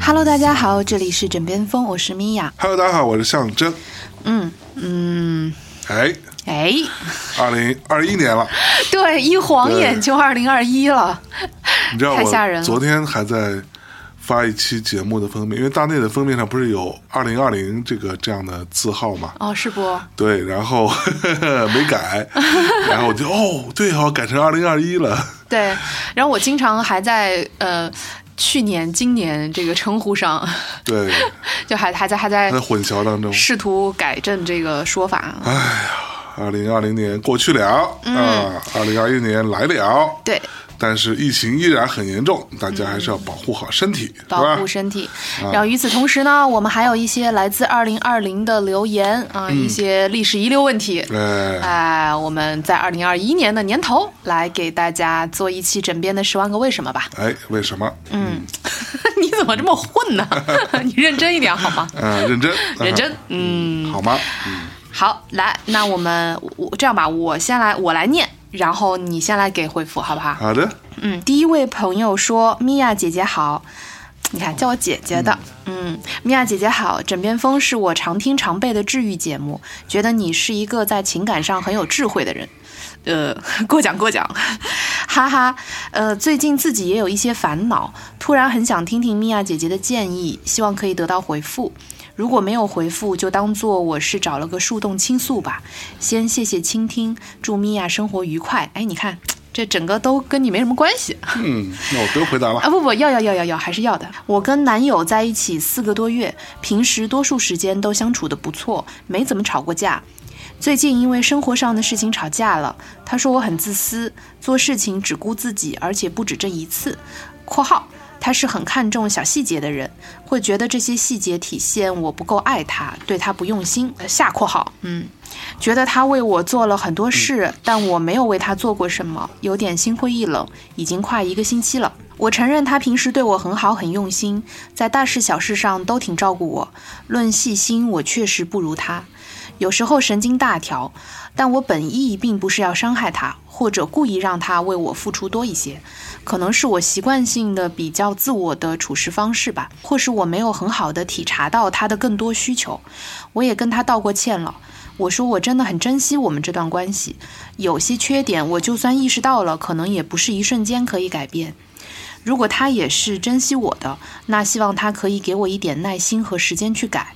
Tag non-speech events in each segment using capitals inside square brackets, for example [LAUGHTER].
Hello，大家好，这里是枕边风，我是米娅。 Hello，大家好，我是向真。嗯嗯，哎，哎，二零二 [LAUGHS] 一年了，对，一晃眼对就二零二一了。你知道太吓人我了昨天还在发一期节目的封面，因为大内的封面上不是有二零二零这个这样的字号嘛？哦，是不？对，然后 [LAUGHS] 没 [LAUGHS] 改，然后我就哦，对哦，改成二零二一了。对。然后我经常还在呃，去年、今年这个称呼上， [LAUGHS] 对，就还还在还在还在混淆当中。哎试图改正这个说法。啊二零二零年过去了啊，二零二一年来了。嗯对，但是疫情依然很严重，大家还是要保护好身体，是保吧啊护？身体。然后与此同时呢，我们还有一些来自二零二零的留言啊、嗯一些历史遗留问题。哎，哎、我们在二零二一年的年头来给大家做一期枕边的十万个为什么吧。哎，为什么？嗯， [LAUGHS] 你怎么这么混 [LAUGHS] 呢？你认真一点好吗？呃，认真，认真，嗯，嗯，好吗？嗯，好，来，那我们我这样吧，我先来，我来念，然后你先来给回复，好不好？好的，嗯，第一位朋友说：“米娅姐姐好。”你看，叫我姐姐的，嗯，米娅姐姐好。枕边风是我常听常备的治愈节目，觉得你是一个在情感上很有智慧的人。呃， [LAUGHS] 过奖过奖，哈哈。呃，最近自己也有一些烦恼，突然很想听听米娅姐姐的建议，希望可以得到回复。如果没有回复，就当做我是找了个树洞倾诉吧。先谢谢倾听，祝米娅生活愉快。哎，你看，这整个都跟你没什么关系。嗯，那我都回答啊了。不不要要要要要还是要的。我跟男友在一起四个多月，平时多数时间都相处的不错，没怎么吵过架。最近因为生活上的事情吵架了，他说我很自私，做事情只顾自己，而且不止这一次。（括号）他是很看重小细节的人，会觉得这些细节体现我不够爱他，对他不用心。呃下括号，嗯，觉得他为我做了很多事，但我没有为他做过什么，有点心灰意冷，已经快一个星期了。我承认他平时对我很好，很用心，在大事小事上都挺照顾我。论细心，我确实不如他，有时候神经大条，但我本意并不是要伤害他，或者故意让他为我付出多一些，可能是我习惯性的比较自我的处事方式吧，或是我没有很好的体察到他的更多需求。我也跟他道过歉了。我说我真的很珍惜我们这段关系，有些缺点我就算意识到了，可能也不是一瞬间可以改变。如果他也是珍惜我的，那希望他可以给我一点耐心和时间去改。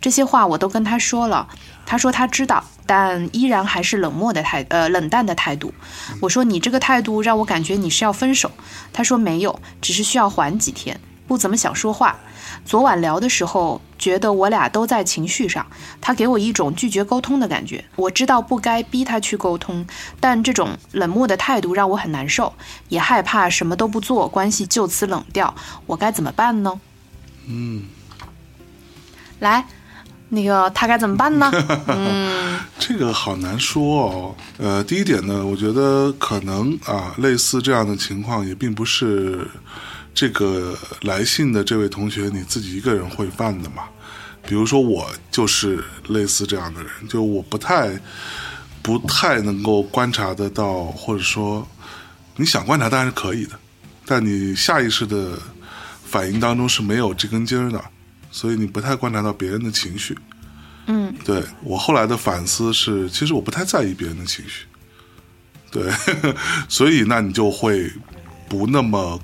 这些话我都跟他说了，他说他知道，但依然还是冷漠的态呃冷淡的态度。我说你这个态度让我感觉你是要分手，他说没有，只是需要缓几天，不怎么想说话。昨晚聊的时候，觉得我俩都在情绪上，他给我一种拒绝沟通的感觉。我知道不该逼他去沟通，但这种冷漠的态度让我很难受，也害怕什么都不做，关系就此冷掉。我该怎么办呢？嗯，来，那个他该怎么 [LAUGHS] 办呢？这个好难说哦。呃，第一点呢，我觉得可能啊，类似这样的情况也并不是这个来信的这位同学你自己一个人会犯的嘛。比如说，我就是类似这样的人，就我不太不太能够观察得到，或者说你想观察当然是可以的，但你下意识的反应当中是没有这根筋儿的，所以你不太观察到别人的情绪。对我后来的反思是，其实我不太在意别人的情绪，对， [LAUGHS] 所以那你就会不那么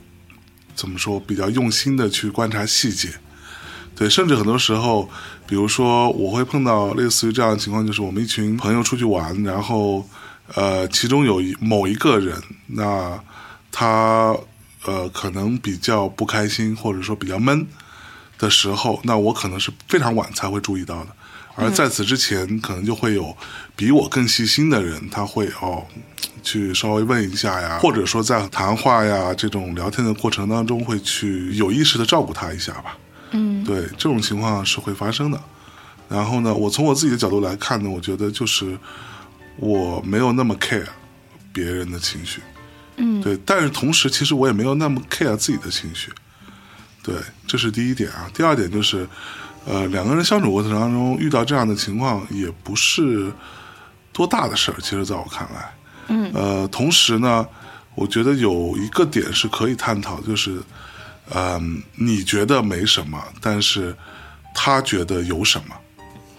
怎么说，比较用心的去观察细节，对，甚至很多时候，比如说我会碰到类似于这样的情况，就是我们一群朋友出去玩，然后呃，其中有一某一个人，那他呃可能比较不开心，或者说比较闷，的时候，那我可能是非常晚才会注意到的，而在此之前，可能就会有比我更细心的人，他会哦，去稍微问一下呀，或者说在谈话呀这种聊天的过程当中，会去有意识的照顾他一下吧。嗯，对，这种情况是会发生的。然后呢，我从我自己的角度来看呢，我觉得就是我没有那么 care 别人的情绪，嗯，对，但是同时其实我也没有那么 care 自己的情绪，对，这是第一点啊。第二点就是，呃，两个人相处过程当中遇到这样的情况也不是多大的事儿，其实在我看来，嗯，呃，同时呢，我觉得有一个点是可以探讨，就是，嗯，你觉得没什么，但是他觉得有什么。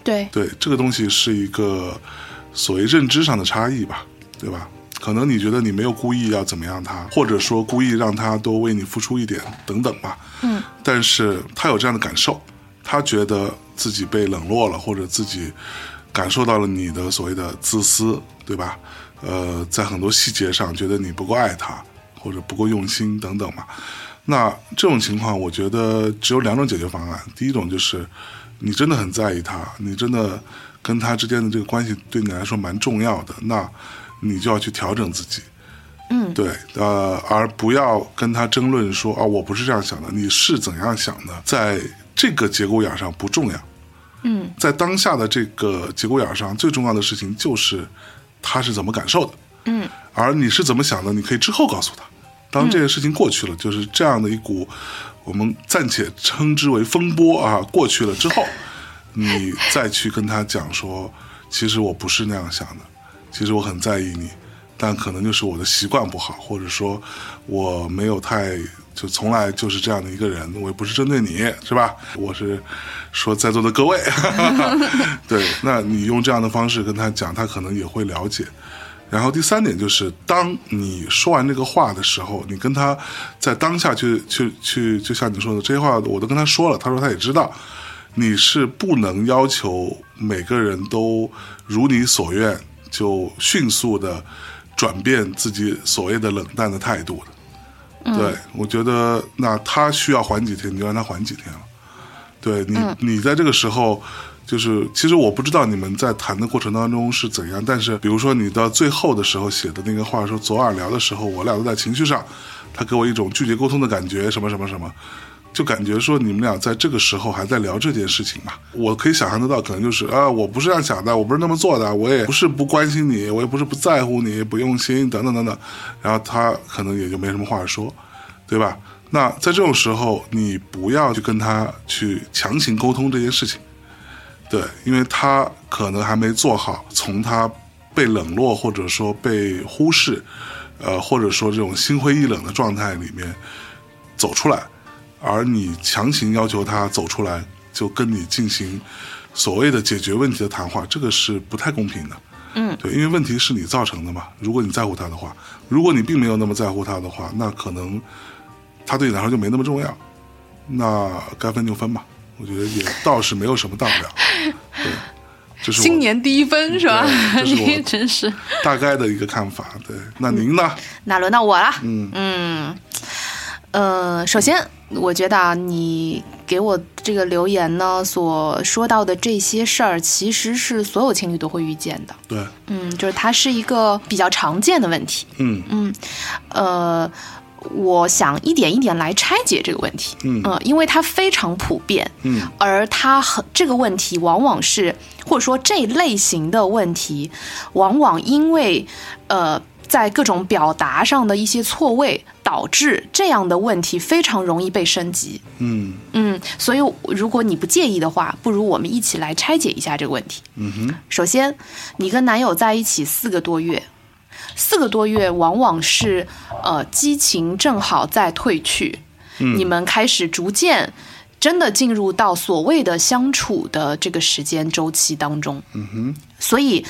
对，对，这个东西是一个所谓认知上的差异吧，对吧？可能你觉得你没有故意要怎么样他，或者说故意让他多为你付出一点等等吧。嗯，但是他有这样的感受，他觉得自己被冷落了，或者自己感受到了你的所谓的自私，对吧？呃，在很多细节上觉得你不够爱他，或者不够用心等等嘛。那这种情况，我觉得只有两种解决方案。第一种就是你真的很在意他，你真的跟他之间的这个关系对你来说蛮重要的，那你就要去调整自己。嗯，对，呃，而不要跟他争论说啊，我不是这样想的，你是怎样想的，在这个节骨眼上不重要，嗯，在当下的这个节骨眼上，最重要的事情就是他是怎么感受的，嗯，而你是怎么想的，你可以之后告诉他。当这件事情过去了，就是这样的一股，我们暂且称之为风波啊，过去了之后，你再去跟他讲说，其实我不是那样想的，其实我很在意你，但可能就是我的习惯不好，或者说我没有太就从来就是这样的一个人，我也不是针对你，是吧？我是说在座的各位， [LAUGHS] 对，那你用这样的方式跟他讲，他可能也会了解。然后第三点就是，当你说完这个话的时候，你跟他在当下去去去，就像你说的，这些话我都跟他说了，他说他也知道，你是不能要求每个人都如你所愿，就迅速的转变自己所谓的冷淡的态度的。对，我觉得那他需要缓几天，你就让他缓几天了。啊对你，你在这个时候，就是其实我不知道你们在谈的过程当中是怎样，但是比如说你到最后的时候写的那个话，说昨晚聊的时候，我俩都在情绪上，他给我一种拒绝沟通的感觉，什么什么什么。就感觉说你们俩在这个时候还在聊这件事情嘛，我可以想象得到，可能就是啊，我不是这样想的，我不是那么做的，我也不是不关心你，我也不是不在乎你，不用心等等等等，然后他可能也就没什么话说，对吧？那在这种时候，你不要去跟他去强行沟通这件事情，对，因为他可能还没做好从他被冷落或者说被忽视，呃，或者说这种心灰意冷的状态里面走出来，而你强行要求他走出来，就跟你进行所谓的解决问题的谈话，这个是不太公平的。嗯，对，因为问题是你造成的嘛。如果你在乎他的话，如果你并没有那么在乎他的话，那可能他对你来说就没那么重要。那该分就分吧，我觉得也倒是没有什么大 [LAUGHS] 不了。对，这是我新年第一分是吧？对这是我 [LAUGHS] 你真是。大概的一个看法。对，那您呢？那轮到我了。嗯呃，首先我觉得啊，你给我这个留言呢所说到的这些事儿，其实是所有情侣都会遇见的。对，嗯，就是它是一个比较常见的问题。嗯呃，我想一点一点来拆解这个问题。嗯呃因为它非常普遍，嗯而它很这个问题往往是，或者说这类型的问题，往往因为呃在各种表达上的一些错位，导致这样的问题非常容易被升级。嗯嗯，所以如果你不介意的话，不如我们一起来拆解一下这个问题。嗯哼，首先，你跟男友在一起四个多月，四个多月往往是呃激情正好在退去，你们开始逐渐真的进入到所谓的相处的这个时间周期当中。嗯哼，所以。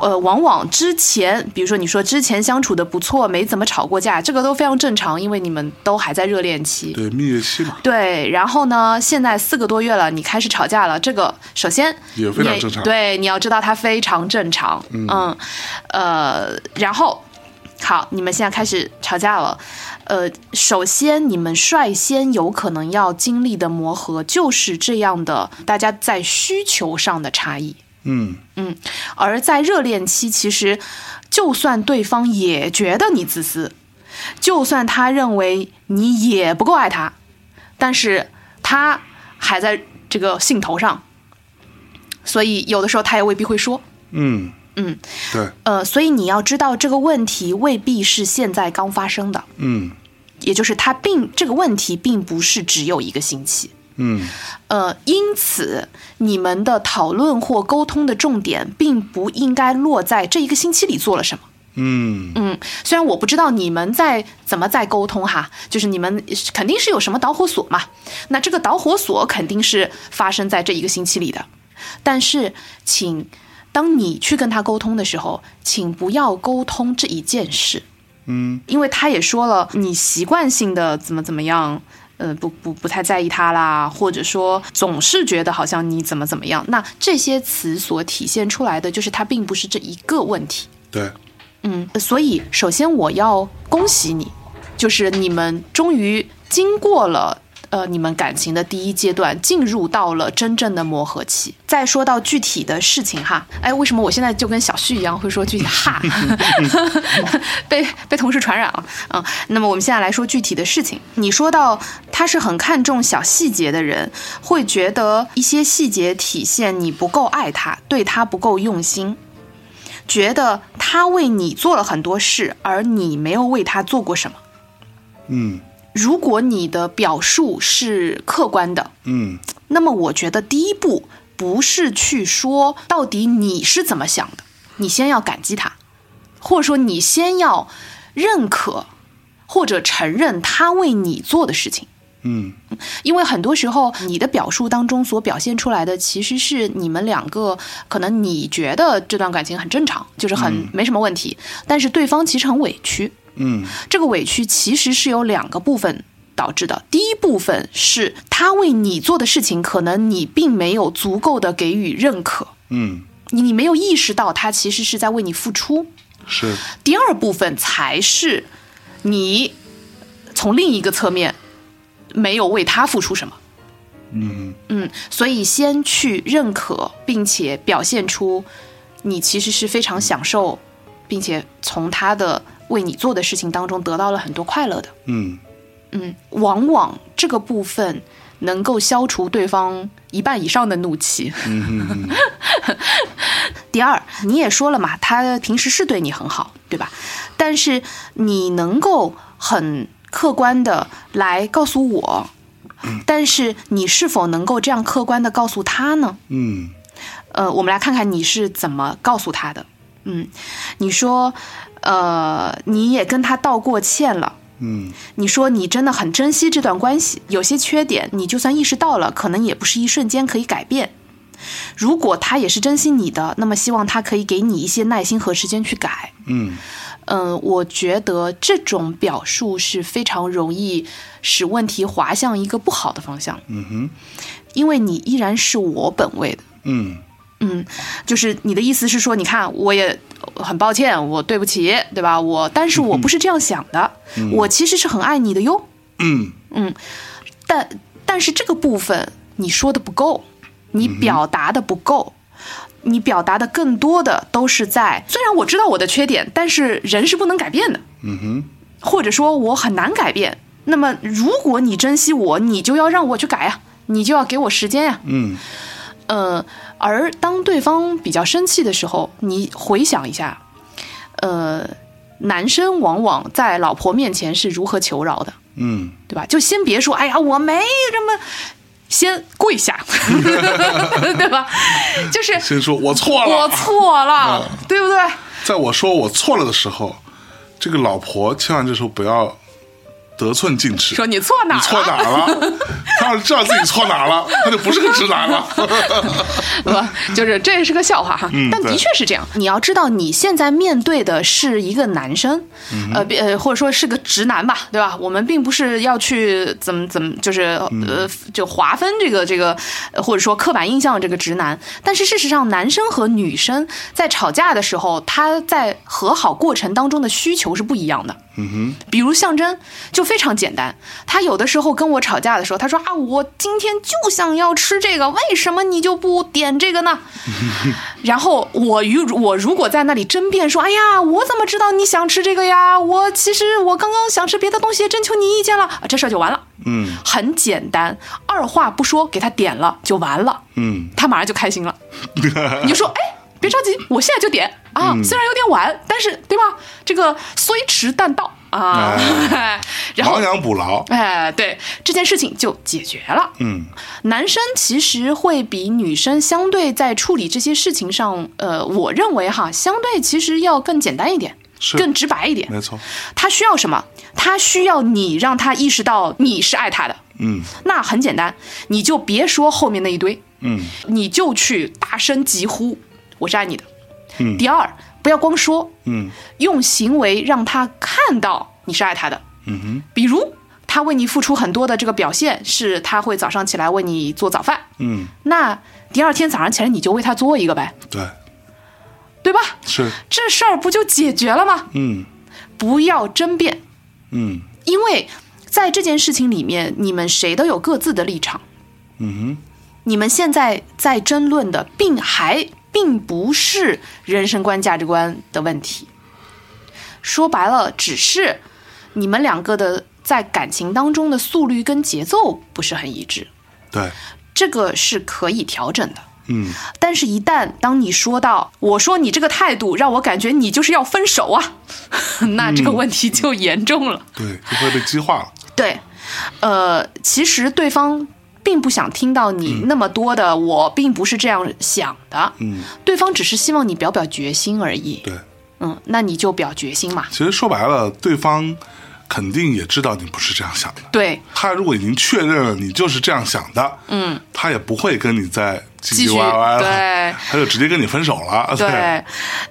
呃，往往之前，比如说你说之前相处的不错，没怎么吵过架，这个都非常正常，因为你们都还在热恋期。对，蜜月期嘛，对，然后呢，现在四个多月了，你开始吵架了，这个首先也非常你正常对，你要知道它非常正常。嗯呃，然后好，你们现在开始吵架了。呃，首先你们率先有可能要经历的磨合，就是这样的大家在需求上的差异。嗯而在热恋期，其实就算对方也觉得你自私，就算他认为你也不够爱他，但是他还在这个兴头上，所以有的时候他也未必会说。嗯嗯，对，呃，所以你要知道这个问题未必是现在刚发生的，嗯也就是他并这个问题并不是只有一个星期。嗯呃，因此你们的讨论或沟通的重点，并不应该落在这一个星期里做了什么，嗯，嗯，虽然我不知道你们在怎么在沟通哈，就是你们肯定是有什么导火索嘛，那这个导火索肯定是发生在这一个星期里的，但是请当你去跟他沟通的时候，请不要沟通这一件事，嗯，因为他也说了你习惯性的怎么怎么样。呃，不不不太在意他啦，或者说总是觉得好像你怎么怎么样，那这些词所体现出来的就是他并不是这一个问题，对，嗯，所以首先我要恭喜你，就是你们终于经过了呃你们感情的第一阶段，进入到了真正的磨合期。再说到具体的事情哈，哎，为什么我现在就跟小旭一样会说具体 [LAUGHS] 哈？被被同事传染了，嗯。那么我们现在来说具体的事情。你说到他是很看重小细节的人，会觉得一些细节体现你不够爱他，对他不够用心。觉得他为你做了很多事，而你没有为他做过什么。嗯如果你的表述是客观的，嗯那么我觉得第一步不是去说到底你是怎么想的，你先要感激他，或者说你先要认可或者承认他为你做的事情。嗯因为很多时候你的表述当中所表现出来的，其实是你们两个可能你觉得这段感情很正常，就是很没什么问题，但是对方其实很委屈。嗯这个委屈其实是有两个部分导致的。第一部分是他为你做的事情，可能你并没有足够的给予认可，嗯，你你没有意识到他其实是在为你付出。是，第二部分才是你从另一个侧面没有为他付出什么。嗯嗯，所以先去认可，并且表现出你其实是非常享受，并且从他的为你做的事情当中得到了很多快乐的。嗯嗯，往往这个部分能够消除对方一半以上的怒气。 [LAUGHS] 嗯嗯第二，你也说了嘛，他平时是对你很好，对吧？但是你能够很客观的来告诉我，但是你是否能够这样客观的告诉他呢？嗯呃，我们来看看你是怎么告诉他的。嗯，你说，呃，你也跟他道过歉了。嗯你说你真的很珍惜这段关系，有些缺点你就算意识到了，可能也不是一瞬间可以改变。如果他也是珍惜你的，那么希望他可以给你一些耐心和时间去改。嗯嗯，我觉得这种表述是非常容易使问题滑向一个不好的方向，嗯哼，因为你依然是我本位的。嗯嗯，就是你的意思是说，你看，我也很抱歉，我对不起，对吧？我，但是我不是这样想的，我其实是很爱你的哟。嗯但但是这个部分你说的不够，嗯你表达的不够，你表达的更多的都是在，虽然我知道我的缺点，但是人是不能改变的，嗯哼，或者说我很难改变。那么如果你珍惜我，你就要让我去改呀、啊你就要给我时间呀、嗯呃，而当对方比较生气的时候，你回想一下，呃，男生往往在老婆面前是如何求饶的，嗯对吧？就先别说，哎呀，我没这么，先跪下， [LAUGHS] 对吧？就是先说嗯我错了，我错了，对不对？在我说我错了的时候，这个老婆千万这时候不要得寸进尺。说你错哪你儿错了？哪儿了？他要是知道自己错哪儿了，他就不是个直男了。 [LAUGHS] 对吧？就是这也是个笑话哈，嗯但的对确是这样。你要知道，你现在面对的是一个男生，嗯呃别呃，或者说是个直男吧，对吧？我们并不是要去怎么怎么，就是嗯呃，就划分这个这个，呃或者说刻板印象这个直男。但是事实上，男生和女生在吵架的时候，他在和好过程当中的需求是不一样的。嗯比如象征就非常简单，他有的时候跟我吵架的时候，他说啊，我今天就想要吃这个，为什么你就不点这个 [LAUGHS] 呢？然后我如我如果在那里争辩说，哎呀，我怎么知道你想吃这个呀？我其实我刚刚想吃别的东西，征求你意见了，啊这事儿就完了，哼，嗯很简单，二话不说给他点了就完了，嗯他马上就开心了。你就说，哎，别着急，我现在就点啊，嗯虽然有点晚，但是对吧？这个虽迟但到啊，哎 [LAUGHS] 然后亡。羊补牢。哎，对这件事情就解决了。嗯男生其实会比女生相对在处理这些事情上，呃，我认为哈，相对其实要更简单一点。是更直白一点。没错，他需要什么？他需要你让他意识到你是爱他的。嗯那很简单，你就别说后面那一堆，嗯你就去大声疾呼：“我是爱你的。嗯第二，不要光说，嗯用行为让他看到你是爱他的。嗯哼比如，他为你付出很多的这个表现，是他会早上起来为你做早饭，嗯，那第二天早上起来你就为他做一个呗，对，对吧？是，这事儿不就解决了吗？嗯不要争辩，嗯因为在这件事情里面，你们谁都有各自的立场。嗯你们现在在争论的，并还并不是人生观、价值观的问题。说白了，只是你们两个的在感情当中的速率跟节奏不是很一致，哼，对，这个是可以调整的。嗯但是，一旦当你说到我说你这个态度让我感觉你就是要分手啊， [LAUGHS] 那这个问题就严重了。对，就会被激化了。对，呃，其实对方并不想听到你那么多的，我并不是这样想的。嗯，对方只是希望你表表决心而已。对，嗯，那你就表决心嘛。其实说白了，对方肯定也知道你不是这样想的。 [LAUGHS] 对，他如果已经确认了你就是这样想的，嗯，他也不会跟你再唧继续唧歪歪了，对他就直接跟你分手了。对，对，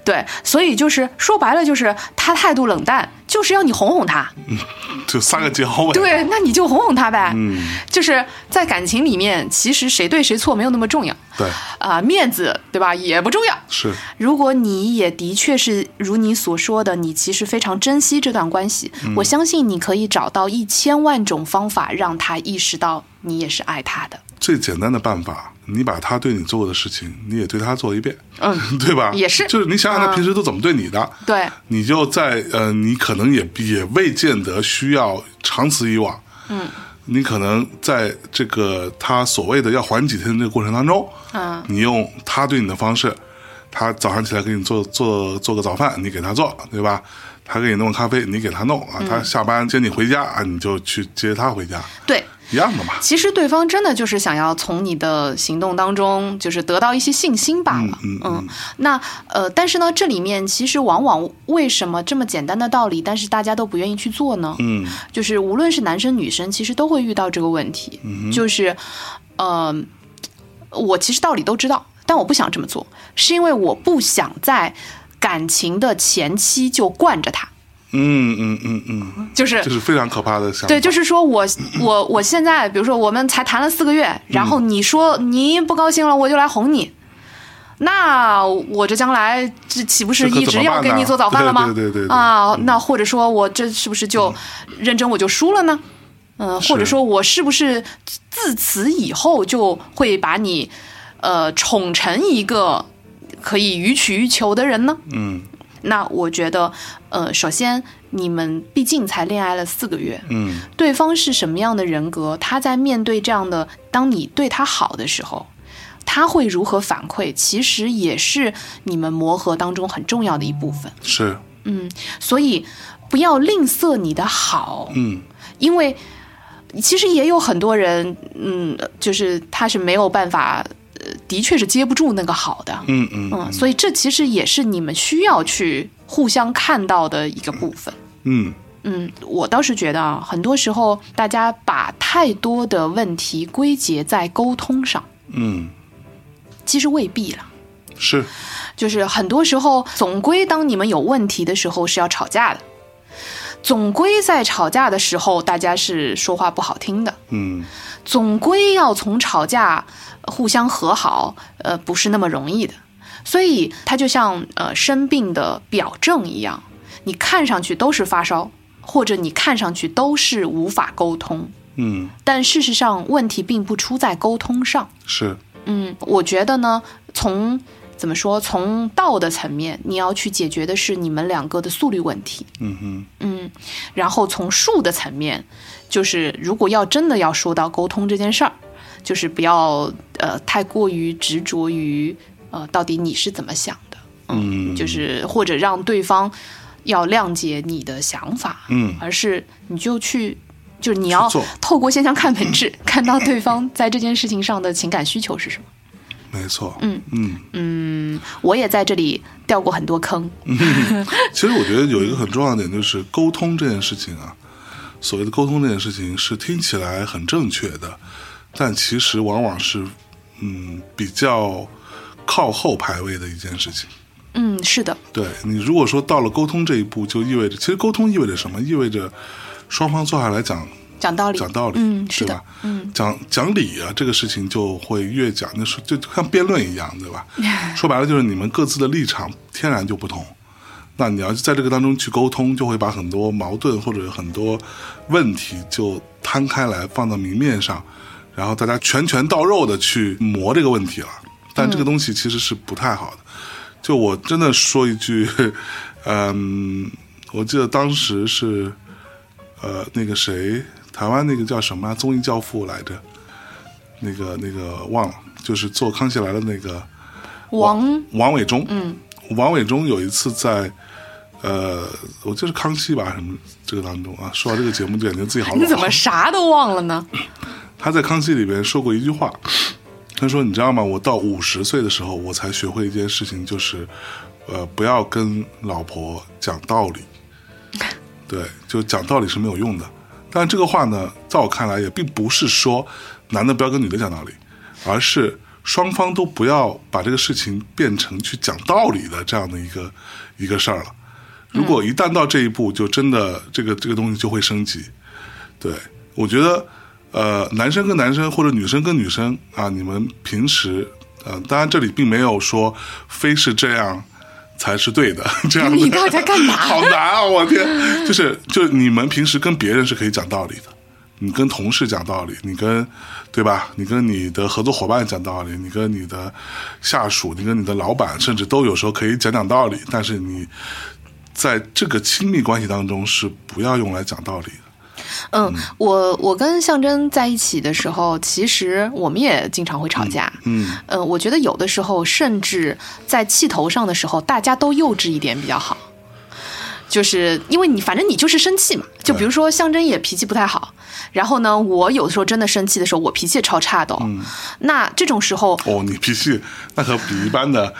对，所以就是说白了，就是他态度冷淡，就是要你哄哄哎他。 [LAUGHS] 就撒个娇呗。， [LAUGHS] 对，那你就哄哄他呗。嗯，就是在感情里面，其实谁对谁错没有那么重要。对，啊、面子对吧？也不重要。是，如果你也的确是如你所说的，你其实非常珍惜这段关系，我相信你可以找到一千万种方法让他意识到你也是爱他的，最简单的办法，你把他对你做过的事情，你也对他做一遍，嗯， [LAUGHS] 对吧？也是就是你嗯想想他平时都怎么对你的，对你就在呃，你可能也也未见得需要长此以往，嗯，你可能在这个他所谓的要还几天的这个过程当中，嗯，你用他对你的方式，他早上起来给你做做做个早饭，你给他做，对吧？他给你弄咖啡，你给他弄啊。嗯他下班接你回家啊，你就去接他回家，对。一样的嘛。其实对方真的就是想要从你的行动当中，就是得到一些信心罢了。嗯嗯那呃，但是呢，这里面其实往往为什么这么简单的道理，但是大家都不愿意去做呢？嗯就是无论是男生女生，其实都会遇到这个问题，嗯就是，呃，我其实道理都知道，但我不想这么做，是因为我不想在感情的前期就惯着他，嗯嗯嗯嗯，就是这是非常可怕的想法。对，就是说我我我现在，比如说我们才谈了四个月，然嗯后你说你不高兴了，我就来哄你，那我这将来这岂不是这可一怎直么要办给呢你做早饭了吗？对对对对对嗯啊，那或者说我这是不是就认真我就输了呢？嗯、或者是说我是不是自此以后就会把你呃宠成一个可以予取予求的人呢？嗯那我觉得，呃，首先你们毕竟才恋爱了四个月，嗯对方是什么样的人格，他在面对这样的，当你对他好的时候，他会如何反馈，其实也是你们磨合当中很重要的一部分。是所以不要吝啬你的好，嗯因为其实也有很多人，嗯，就是他是没有办法，呃，的确是接不住那个好的，嗯嗯嗯，所以这其实也是你们需要去互相看到的一个部分。嗯嗯，我倒是觉得啊，很多时候大家把太多的问题归结在沟通上，嗯其实未必啦。是就是很多时候，总归当你们有问题的时候是要吵架的，总归在吵架的时候，大家是说话不好听的，嗯总归要从吵架呃互相和好，呃，不是那么容易的。所以它就像呃生病的表症一样，你看上去都是发烧，或者你看上去都是无法沟通，嗯但事实上问题并不出在沟通上。是嗯，我觉得呢，从怎么说，从道的层面，你要去解决的是你们两个的速率问题。嗯哼嗯，然后从术的层面，就是如果要真的要说到沟通这件事儿，就是不要呃太过于执着于呃到底你是怎么想的，嗯就是或者让对方要谅解你的想法，嗯而是你就去。就是你要去做 [LAUGHS] 嗯透过现象看本质，看到对方在这件事情上的情感需求是什么。没错，嗯嗯，嗯，我也在这里掉过很多坑。嗯其实我觉得有一个很重要的点就是沟通这件事情啊，所谓的沟通这件事情是听起来很正确的，但其实往往是嗯比较靠后排位的一件事情。嗯，是的，对你如果说到了沟通这一步，就意味着其实沟通意味着什么？意味着双方坐下来讲讲道理，讲道理，嗯，是对的吧，？嗯，讲讲理啊，这个事情就会越讲，那是就像辩论一样，[LAUGHS] 对吧？说白了就是你们各自的立场天然就不同，那你要在这个当中去沟通，就会把很多矛盾或者很多问题就摊开来放到明面上，然后大家拳拳到肉的去磨这个问题了。但嗯这个东西其实是不太好的。就我真的说一句， [LAUGHS] 嗯，我记得当时是。呃，那个谁，台湾那个叫什么、啊、综艺教父来着？那个那个忘了，就是做《康熙来了》那个王王伟忠。嗯，王伟忠有一次在呃，我记得是《康熙》吧，什么这个当中啊，说到这个节目就感觉自己好老。你怎么啥都忘了呢？他在《康熙》里边说过一句话，他说：“你知道吗？我到五十岁的时候，我才学会一件事情，就是，呃，不要跟老婆讲道理。对，就讲道理是没有用的。但这个话呢，在我看来也并不是说男的不要跟女的讲道理，而是双方都不要把这个事情变成去讲道理的这样的一个一个事儿了。如果一旦到这一步，就真的这个这个东西就会升级。对，我觉得，呃，男生跟男生或者女生跟女生啊，你们平时，呃，当然这里并没有说非是这样才是对的，这样的你到底在干嘛 [LAUGHS] 好难啊！我天，就是就是你们平时跟别人是可以讲道理的，你跟同事讲道理，你跟对吧？你跟你的合作伙伴讲道理，你跟你的下属，你跟你的老板，甚至都有时候可以讲讲道理，但是你。在这个亲密关系当中是不要用来讲道理的，嗯，我我跟象征在一起的时候，其实我们也经常会吵架。嗯，呃，我觉得有的时候，甚至在气头上的时候，大家都幼稚一点比较好。就是因为你，反正你就是生气嘛。就比如说，象征也脾气不太好，然后呢，我有的时候真的生气的时候，我脾气也超差的、哦。那这种时候，哦，你脾气那可比一般的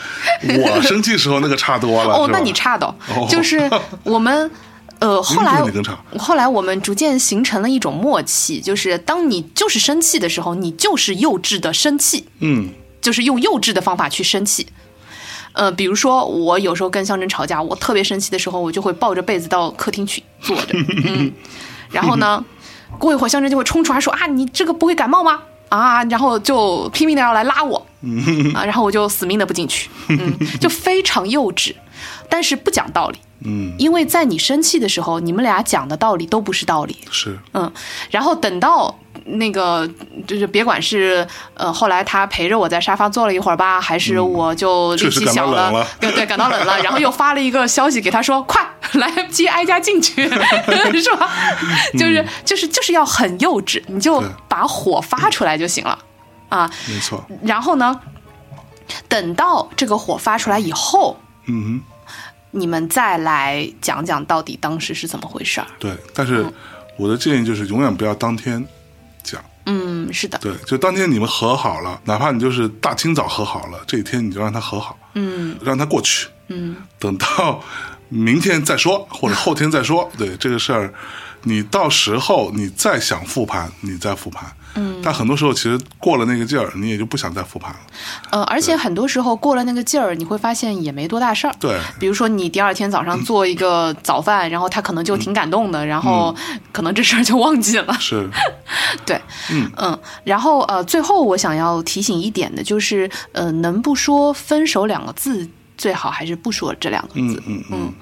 我生气时候那个差多了。 [LAUGHS] 哦是，吧那你，差的哦、哦 [LAUGHS] 就是我们。 [LAUGHS] 呃，后来你更差后来我们逐渐形成了一种默契，就是当你就是生气的时候，你就是幼稚的生气，嗯就是用幼稚的方法去生气。呃，比如说我有时候跟象征吵架，我特别生气的时候，我就会抱着被子到客厅去坐着，嗯，然后呢，过一会儿象征就会冲出来说啊，你这个不会感冒吗？啊，然后就拼命的要来拉我，啊，然后我就死命的不进去，嗯，就非常幼稚，但是不讲道理，嗯，因为在你生气的时候，你们俩讲的道理都不是道理，是嗯，然后等到那个就是别管是呃后来他陪着我在沙发坐了一会儿吧，还是我就力嗯确实气感到小冷了对对，感到冷了，然后又发了一个消息给他说，快来接哀家进去， [LAUGHS] 是吧？就是就是就是要很幼稚，你就嗯对把火发出来就行了啊。没错。然后呢，等到这个火发出来以后，嗯哼，你们再来讲讲到底当时是怎么回事儿。对。但是我的建议就是永远不要当天讲。嗯，是的，对，就当天你们和好了，哪怕你就是大清早和好了，这一天你就让它和好，嗯，让它过去，嗯， [LAUGHS] 等到明天再说，或者后天再说。对这个事儿，你到时候你再想复盘，你再复盘，嗯，但很多时候其实过了那个劲儿，你也就不想再复盘了。呃，而且很多时候过了那个劲儿，你会发现也没多大事儿。对，比如说你第二天早上做一个早饭，然后他可能就挺感动的，然后可能这事儿就忘记了。是，嗯 [LAUGHS] 对，嗯然后呃，最后我想要提醒一点的就是，呃，能不说“分手”两个字最好，还是不说这两个嗯字。嗯嗯，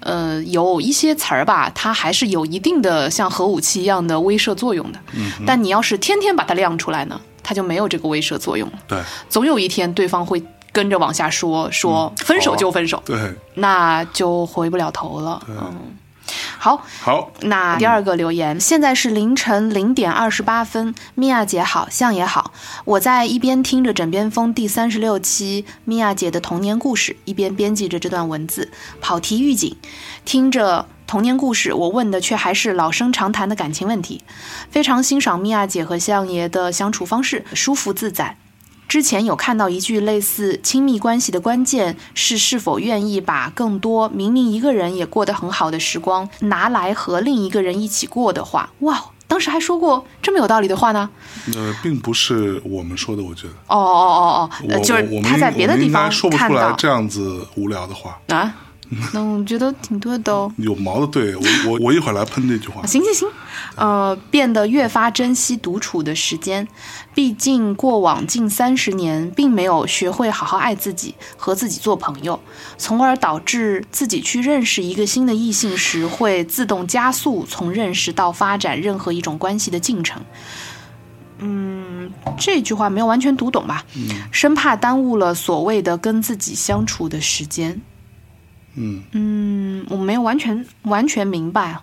呃，有一些词儿吧，它还是有一定的像核武器一样的威慑作用的。嗯、但你要是天天把它亮出来呢，它就没有这个威慑作用了。对总有一天对方会跟着往下说，说分手就分手，对，那就回不了头了。嗯，好，好，那第二个留言，现在是凌晨零点二十八分，米娅姐好，向也好，我在一边听着《枕边风》第三十六期米娅姐的童年故事，一边编辑着这段文字。跑题预警，听着。童年故事，我问的却还是老生常谈的感情问题，非常欣赏米娅姐和向爷的相处方式，舒服自在。之前有看到一句类似“亲密关系的关键是是否愿意把更多明明一个人也过得很好的时光拿来和另一个人一起过”的话，哇，当时还说过这么有道理的话呢？呃，并不是我们说的，我觉得，哦哦哦哦，我呃就是我我们他在应别的我们地应该方说不看出来到这样子无聊的话，啊，那我觉得挺对的哦。。有毛的对我我我一会儿来喷这句话 [LAUGHS] 行行行，啊呃，变得越发珍惜独处的时间，毕竟过往近三十年并没有学会好好爱自己和自己做朋友，从而导致自己去认识一个新的异性时，会自动加速从认识到发展任何一种关系的进程。嗯，这句话没有完全读懂吧？生怕耽误了所谓的跟自己相处的时间。嗯嗯，我没有完全完全明白啊。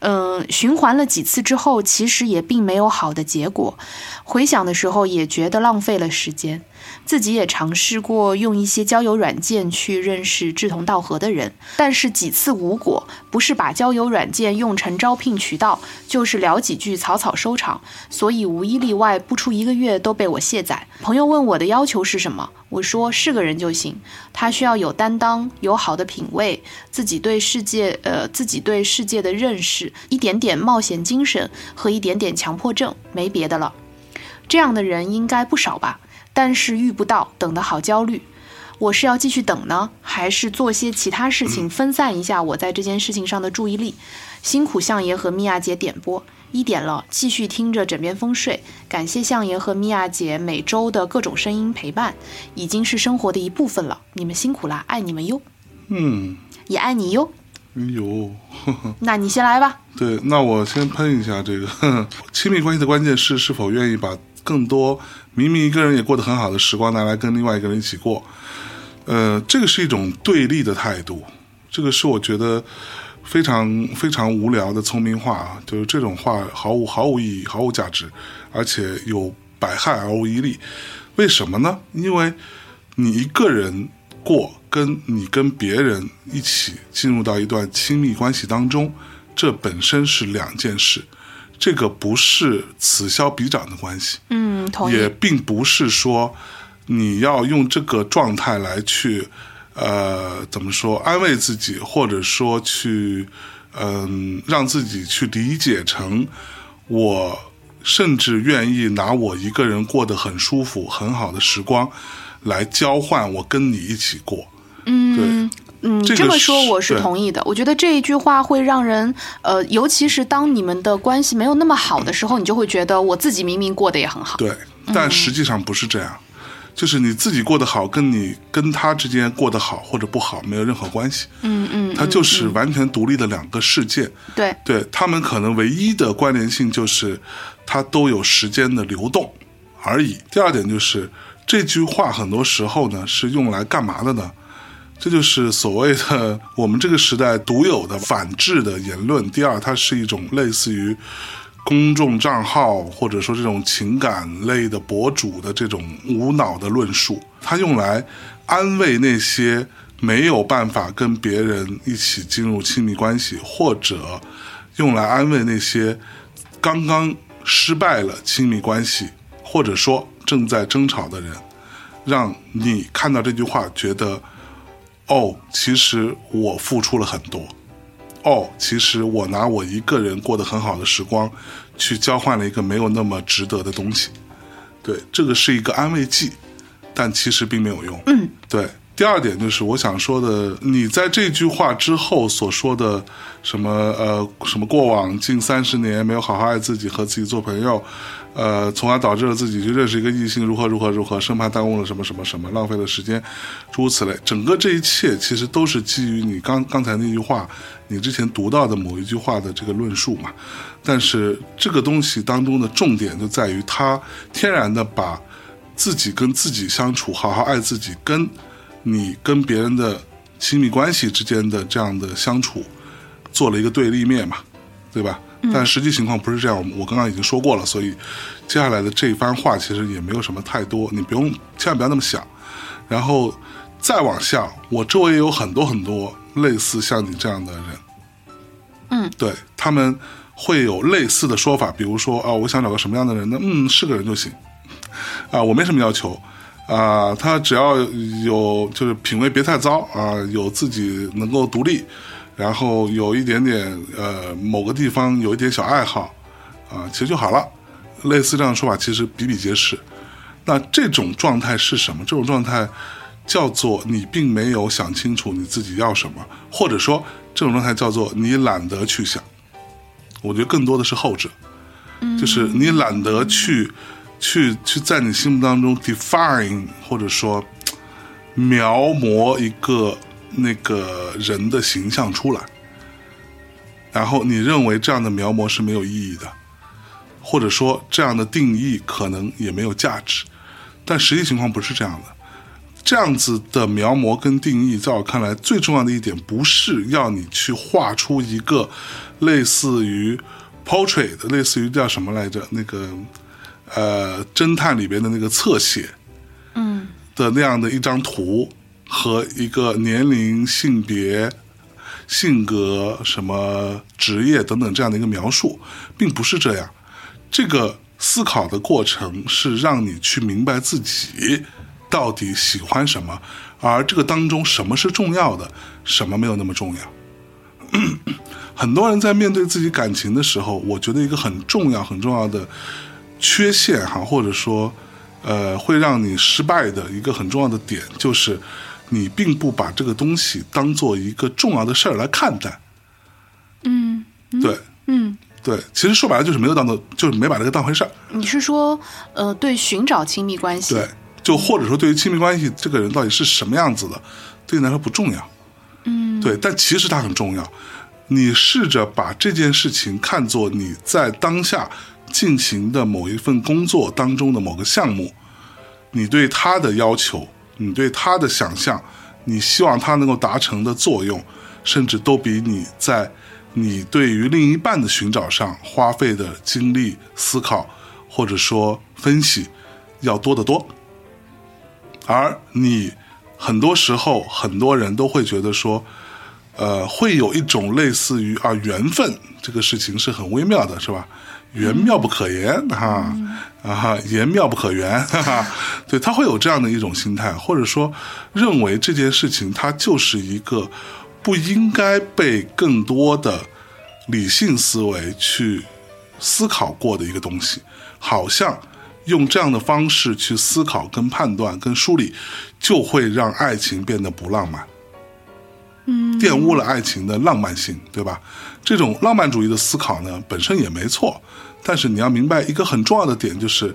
嗯、循环了几次之后，其实也并没有好的结果。回想的时候，也觉得浪费了时间。自己也尝试过用一些交友软件去认识志同道合的人，但是几次无果。不是把交友软件用成招聘渠道，就是聊几句草草收场。所以无一例外，不出一个月都被我卸载。朋友问我的要求是什么，我说是个人就行。他需要有担当，有好的品味，自己对世界呃自己对世界的认识，一点点冒险精神和一点点强迫症，没别的了。这样的人应该不少吧？但是遇不到，等得好焦虑。我是要继续等呢，还是做些其他事情分散一下我在这件事情上的注意力？辛苦相爷和米娅姐点播，一点了，继续听着枕边风睡。感谢相爷和米娅姐每周的各种声音陪伴，已经是生活的一部分了。你们辛苦啦，爱你们哟，嗯，也爱你哟。有。 [LAUGHS] 呵呵那你先来吧。对，那我先喷一下这个 [LAUGHS] 亲密关系的关键是是否愿意把更多明明一个人也过得很好的时光拿来跟另外一个人一起过。呃，这个是一种对立的态度，这个是我觉得非常非常无聊的聪明话啊，就是这种话毫无毫无意义、毫无价值，而且有百害而无一利。为什么呢？因为你一个人过，跟你跟别人一起进入到一段亲密关系当中，这本身是两件事，这个不是此消彼长的关系，嗯，同也意。并不是说你要用这个状态来去，呃，怎么说安慰自己，或者说去，嗯、让自己去理解成我甚至愿意拿我一个人过得很舒服、很好的时光，来交换我跟你一起过。嗯，嗯，这个么说是我是对同意的。我觉得这一句话会让人，呃，尤其是当你们的关系没有那么好的时候，你就会觉得我自己明明过得也很好。对对，但实际上不是这样。就是你自己过得好，跟你跟他之间过得好或者不好没有任何关系。嗯嗯，它就是完全独立的两个世界。对，对他们可能唯一的关联性就是，它都有时间的流动而已。第二点就是，这句话很多时候呢是用来干嘛的呢？这就是所谓的我们这个时代独有的反制的言论。第二，它是一种类似于公众账号或者说这种情感类的博主的这种无脑的论述，它用来安慰那些没有办法跟别人一起进入亲密关系，或者用来安慰那些刚刚失败了亲密关系，或者说正在争吵的人，让你看到这句话觉得，哦，其实我付出了很多。哦，其实我拿我一个人过得很好的时光，去交换了一个没有那么值得的东西。对，这个是一个安慰剂，但其实并没有用。嗯，对。第二点就是我想说的，你在这句话之后所说的什么呃什么过往近三十年没有好好爱自己和自己做朋友，呃，从而导致了自己去认识一个异性如何如何如何，生怕耽误了什么什么什么，浪费了时间，诸如此类。整个这一切其实都是基于你刚刚才那句话，你之前读到的某一句话的这个论述嘛。但是这个东西当中的重点就在于它天然的把自己跟自己相处，好好爱自己，跟你跟别人的亲密关系之间的这样的相处，做了一个对立面嘛，对吧？但实际情况不是这样，我我刚刚已经说过了，所以接下来的这一番话其实也没有什么太多，你不用千万不要那么想。然后再往下，我周围也有很多很多类似像你这样的人，嗯，对他们会有类似的说法，比如说啊、我想找个什么样的人呢？嗯，是个人就行。啊，我没什么要求啊，他只要有就是品味别太糟啊，有自己能够独立，然后有一点点呃某个地方有一点小爱好啊，其实就好了。类似这样的说法其实比比皆是。那这种状态是什么？这种状态叫做你并没有想清楚你自己要什么，或者说这种状态叫做你懒得去想。我觉得更多的是后者，就是你懒得去去去在你心目当中 define 或者说描摹一个那个人的形象出来，然后你认为这样的描摹是没有意义的，或者说这样的定义可能也没有价值，但实际情况不是这样的。这样子的描摹跟定义，在我看来，最重要的一点不是要你去画出一个类似于 portrait，类似于叫什么来着？那个呃，侦探里边的那个侧写，嗯，的那样的一张图和一个年龄、性别、性格、什么职业等等这样的一个描述，并不是这样。这个思考的过程是让你去明白自己到底喜欢什么，而这个当中什么是重要的，什么没有那么重要。 [CLEARS THROAT] 很多人在面对自己感情的时候，我觉得一个很重要、很重要的缺陷哈，或者说，呃，会让你失败的一个很重要的点，就是你并不把这个东西当做一个重要的事儿来看待。嗯对嗯，对，其实说白了就是没有当做，就是没把这个当回事儿。你是说，呃，对寻找亲密关系，对，就或者说对于亲密关系，这个人到底是什么样子的，对你来说不重要。嗯，对，但其实它很重要。你试着把这件事情看作你在当下进行的某一份工作当中的某个项目，你对他的要求，你对他的想象，你希望他能够达成的作用，甚至都比你在你对于另一半的寻找上花费的精力、思考或者说分析要多得多。而你很多时候，很多人都会觉得说，呃，会有一种类似于啊缘分这个事情是很微妙的，是吧？缘妙不可言哈、啊，啊，言妙不可圆，哈哈，对他会有这样的一种心态，或者说认为这件事情它就是一个不应该被更多的理性思维去思考过的一个东西，好像用这样的方式去思考、跟判断、跟梳理，就会让爱情变得不浪漫。玷污了爱情的浪漫性，对吧？这种浪漫主义的思考呢，本身也没错，但是你要明白一个很重要的点，就是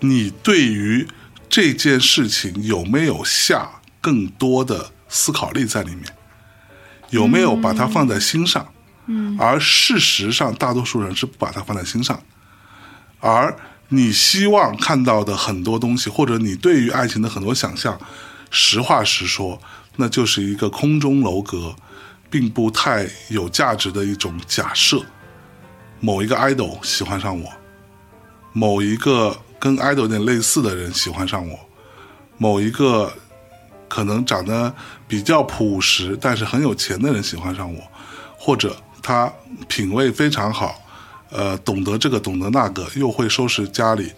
你对于这件事情有没有下更多的思考力在里面，有没有把它放在心上？嗯，而事实上，大多数人是不把它放在心上的，而你希望看到的很多东西，或者你对于爱情的很多想象，实话实说，那就是一个空中楼阁，并不太有价值的一种假设。某一个 idol 喜欢上我，某一个跟 idol 有点类似的人喜欢上我，某一个可能长得比较朴实但是很有钱的人喜欢上我，或者他品味非常好，呃，懂得这个懂得那个，又会收拾家里，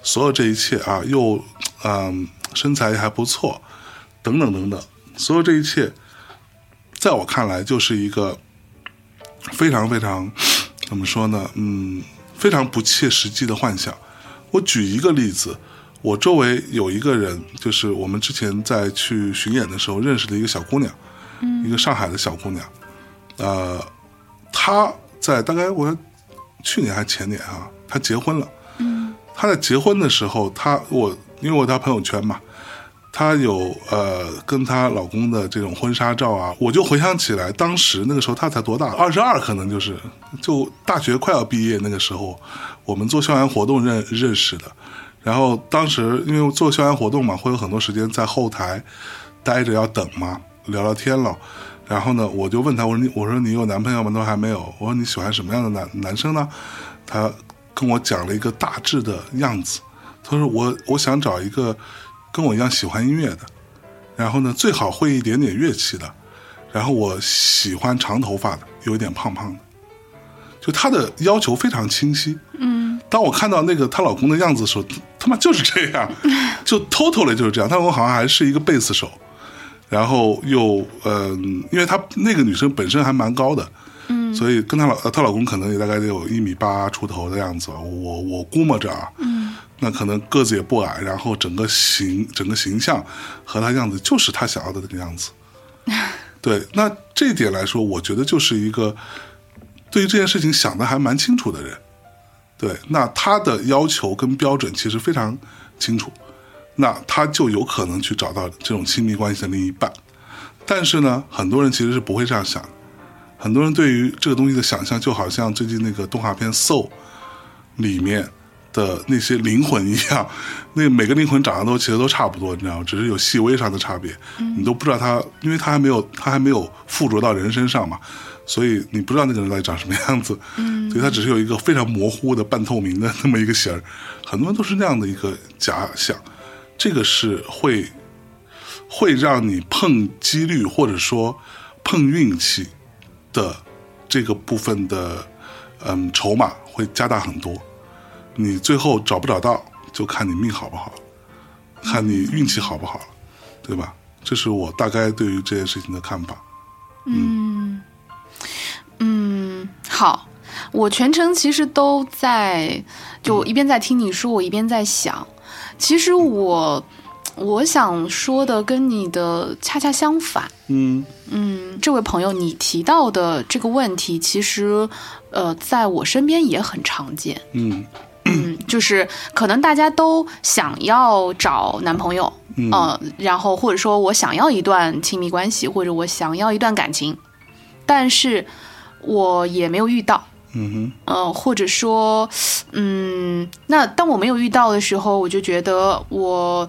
所有这一切啊，又嗯、身材还不错，等等等等，所有这一切，在我看来就是一个非常非常怎么说呢？嗯，非常不切实际的幻想。我举一个例子，我周围有一个人，就是我们之前在去巡演的时候认识的一个小姑娘，一个上海的小姑娘，呃，她在大概我去年还前年啊，她结婚了。她在结婚的时候，她我因为我在她朋友圈嘛，她有呃跟她老公的这种婚纱照啊，我就回想起来，当时那个时候她才多大，二十二可能就是就大学快要毕业那个时候，我们做校园活动认认识的。然后当时因为做校园活动嘛，会有很多时间在后台待着要等嘛，聊聊天了。然后呢，我就问她，我说你我说你有男朋友吗？她说还没有。我说你喜欢什么样的男男生呢？她跟我讲了一个大致的样子。她说我我想找一个跟我一样喜欢音乐的，然后呢最好会一点点乐器的，然后我喜欢长头发的，有一点胖胖的。就她的要求非常清晰。嗯当我看到那个她老公的样子的时候，他妈就是这样，就 totally 就是这样。她老公好像还是一个贝斯手，然后又嗯、因为她那个女生本身还蛮高的，嗯，所以跟她老呃她老公可能也大概得有一米八出头的样子吧，我我估摸着啊，嗯，那可能个子也不矮，然后整个形整个形象和她样子就是她想要的那个 [LAUGHS] 样子。对，那这点来说，我觉得就是一个对于这件事情想的还蛮清楚的人。对，那他的要求跟标准其实非常清楚，那他就有可能去找到这种亲密关系的另一半。但是呢，很多人其实是不会这样想的，很多人对于这个东西的想象，就好像最近那个动画片《Soul》里面的那些灵魂一样，那每个灵魂长得都其实都差不多，你知道吗？只是有细微上的差别，你都不知道他，因为他还没有他还没有附着到人身上嘛，所以你不知道那个人到底长什么样子，所以他只是有一个非常模糊的半透明的那么一个形儿，很多人都是那样的一个假想，这个是会会让你碰几率或者说碰运气的这个部分的嗯筹码会加大很多。你最后找不找到，就看你命好不好，看你运气好不好了，对吧？这是我大概对于这件事情的看法。嗯，好，我全程其实都在，就我一边在听你说，我一边在想，其实我我想说的跟你的恰恰相反。嗯嗯，这位朋友，你提到的这个问题，其实呃，在我身边也很常见。嗯嗯，就是可能大家都想要找男朋友，嗯呃然后或者说我想要一段亲密关系，或者我想要一段感情，但是我也没有遇到。嗯哼呃，或者说，嗯，那当我没有遇到的时候，我就觉得我，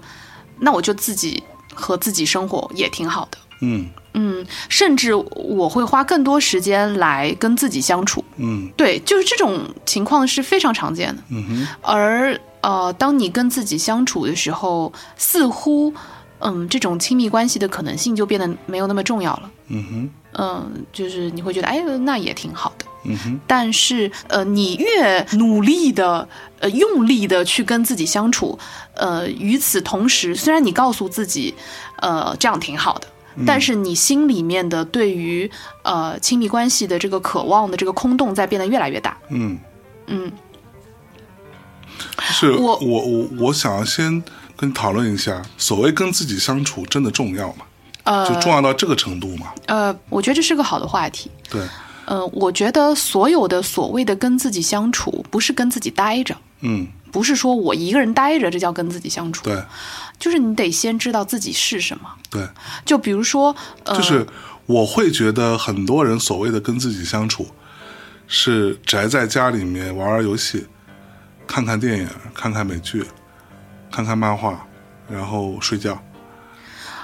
那我就自己和自己生活也挺好的。嗯嗯，甚至我会花更多时间来跟自己相处。嗯对，就是这种情况是非常常见的。嗯哼而呃，当你跟自己相处的时候，似乎，嗯，这种亲密关系的可能性就变得没有那么重要了。嗯哼嗯，就是你会觉得，哎，那也挺好的。嗯哼但是，呃，你越努力的，呃，用力的去跟自己相处，呃，与此同时，虽然你告诉自己，呃，这样挺好的，但是你心里面的对于呃亲密关系的这个渴望的这个空洞在变得越来越大。嗯，嗯是我我我我想要先跟你讨论一下，所谓跟自己相处真的重要吗？呃就重要到这个程度吗？呃，我觉得这是个好的话题。对，呃，我觉得所有的所谓的跟自己相处，不是跟自己待着，嗯不是说我一个人待着，这叫跟自己相处，对就是你得先知道自己是什么。对，就比如说，呃，就是我会觉得很多人所谓的跟自己相处，是宅在家里面玩玩游戏，看看电影，看看美剧，看看漫画，然后睡觉，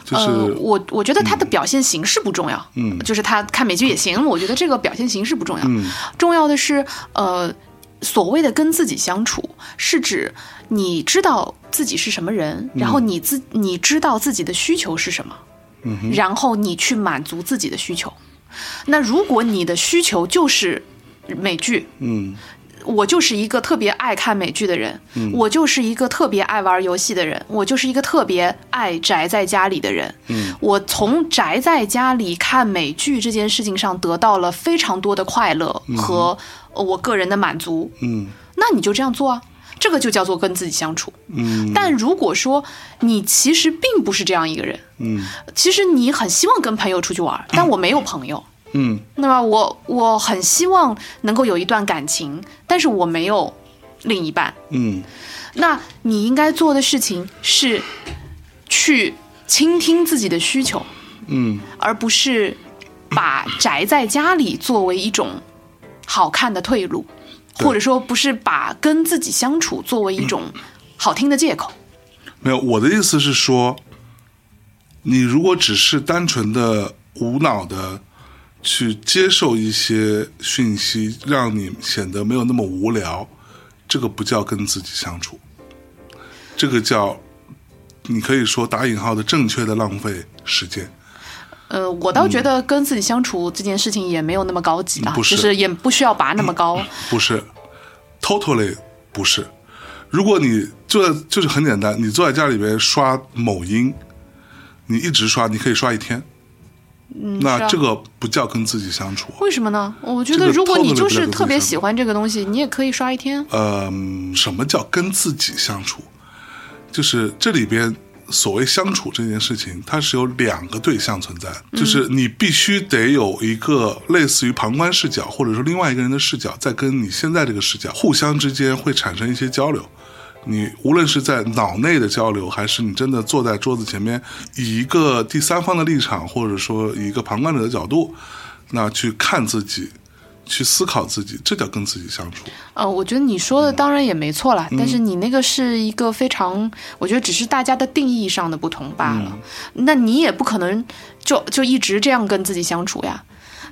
就是、呃，我我觉得他的表现形式不重要，嗯就是他看美剧也行，我觉得这个表现形式不重要，嗯重要的是，呃，所谓的跟自己相处，是指你知道自己是什么人，然后你自你知道自己的需求是什么，嗯然后你去满足自己的需求。那如果你的需求就是美剧，嗯我就是一个特别爱看美剧的人，我就是一个特别爱玩游戏的人，我就是一个特别爱宅在家里的人。嗯我从宅在家里看美剧这件事情上得到了非常多的快乐和呃我个人的满足。嗯那你就这样做啊，这个就叫做跟自己相处。嗯但如果说你其实并不是这样一个人，嗯其实你很希望跟朋友出去玩，但我没有朋友。嗯那么我我很希望能够有一段感情，但是我没有另一半。嗯那你应该做的事情是去倾听自己的需求，嗯而不是把宅在家里作为一种好看的退路，对嗯或者说不是把跟自己相处作为一种好听的借口。没有，我的意思是说，你如果只是单纯的无脑的去接受一些讯息，让你显得没有那么无聊，这个不叫跟自己相处，这个叫你可以说打引号的正确的浪费时间。呃，我倒觉得跟自己相处这件事情也没有那么高级啊，嗯不是 [CLEARS THROAT] 就是也不需要拔那么高。不是，totally 不是。如果你就在就是很简单，你坐在家里边刷某音，你一直刷，你可以刷一天。嗯，是那啊这个不叫跟自己相处，为什么呢？我觉这得个如果你 totally 就是 black 特别 position 喜欢这个东西，你也可以刷一天。嗯，什么叫跟自己相处？就是这里边所谓相处这件事情，它是有两个对象存在，就是你必须得有一个类似于旁观视角，或者说另外一个人的视角，在跟你现在这个视角互相之间会产生一些交流。你无论是在脑内的交流，还是你真的坐在桌子前面，以一个第三方的立场，或者说以一个旁观者的角度，那去看自己，去思考自己，这叫跟自己相处。呃，我觉得你说嗯的当然也没错啦，但是你那个是一个非常，我觉得只是大家的定义上的不同罢了。嗯那你也不可能就就一直这样跟自己相处呀，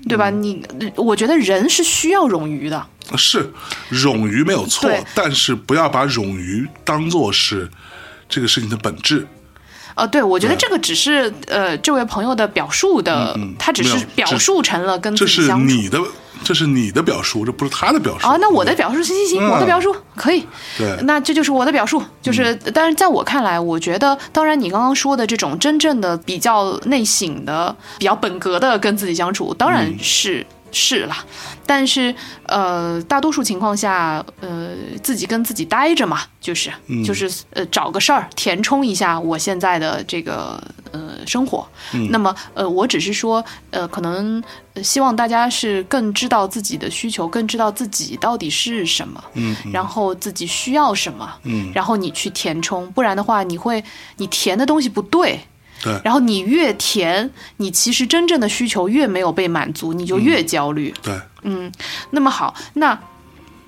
对吧？嗯你我觉得人是需要冗余的，是冗余没有错对，但是不要把冗余当做是这个事情的本质。呃，对，我觉得这个只是呃这位朋友的表述的，他只嗯没是有表这述成了跟这嗯自己是相处。你的，这是你的表述，这不是他的表述。啊，那我的嗯表述行行行，嗯我的表述可以。对那这就是我的表述，就是，但是在我看来，我觉得，当然你刚刚说的这种真正的比较内省的、比较本格的跟自己相处，当然是。是啦，但是呃，大多数情况下，呃，自己跟自己待着嘛，就是、就是呃，找个事儿填充一下我现在的这个呃生活。那么呃，我只是说呃，可能呃希望大家是更知道自己的需求，更知道自己到底是什么，嗯，然后自己需要什么，嗯，然后你去填充，不然的话，你会你填的东西不对。对然后你越填，你其实真正的需求越没有被满足，你就越焦虑。对，那么好，那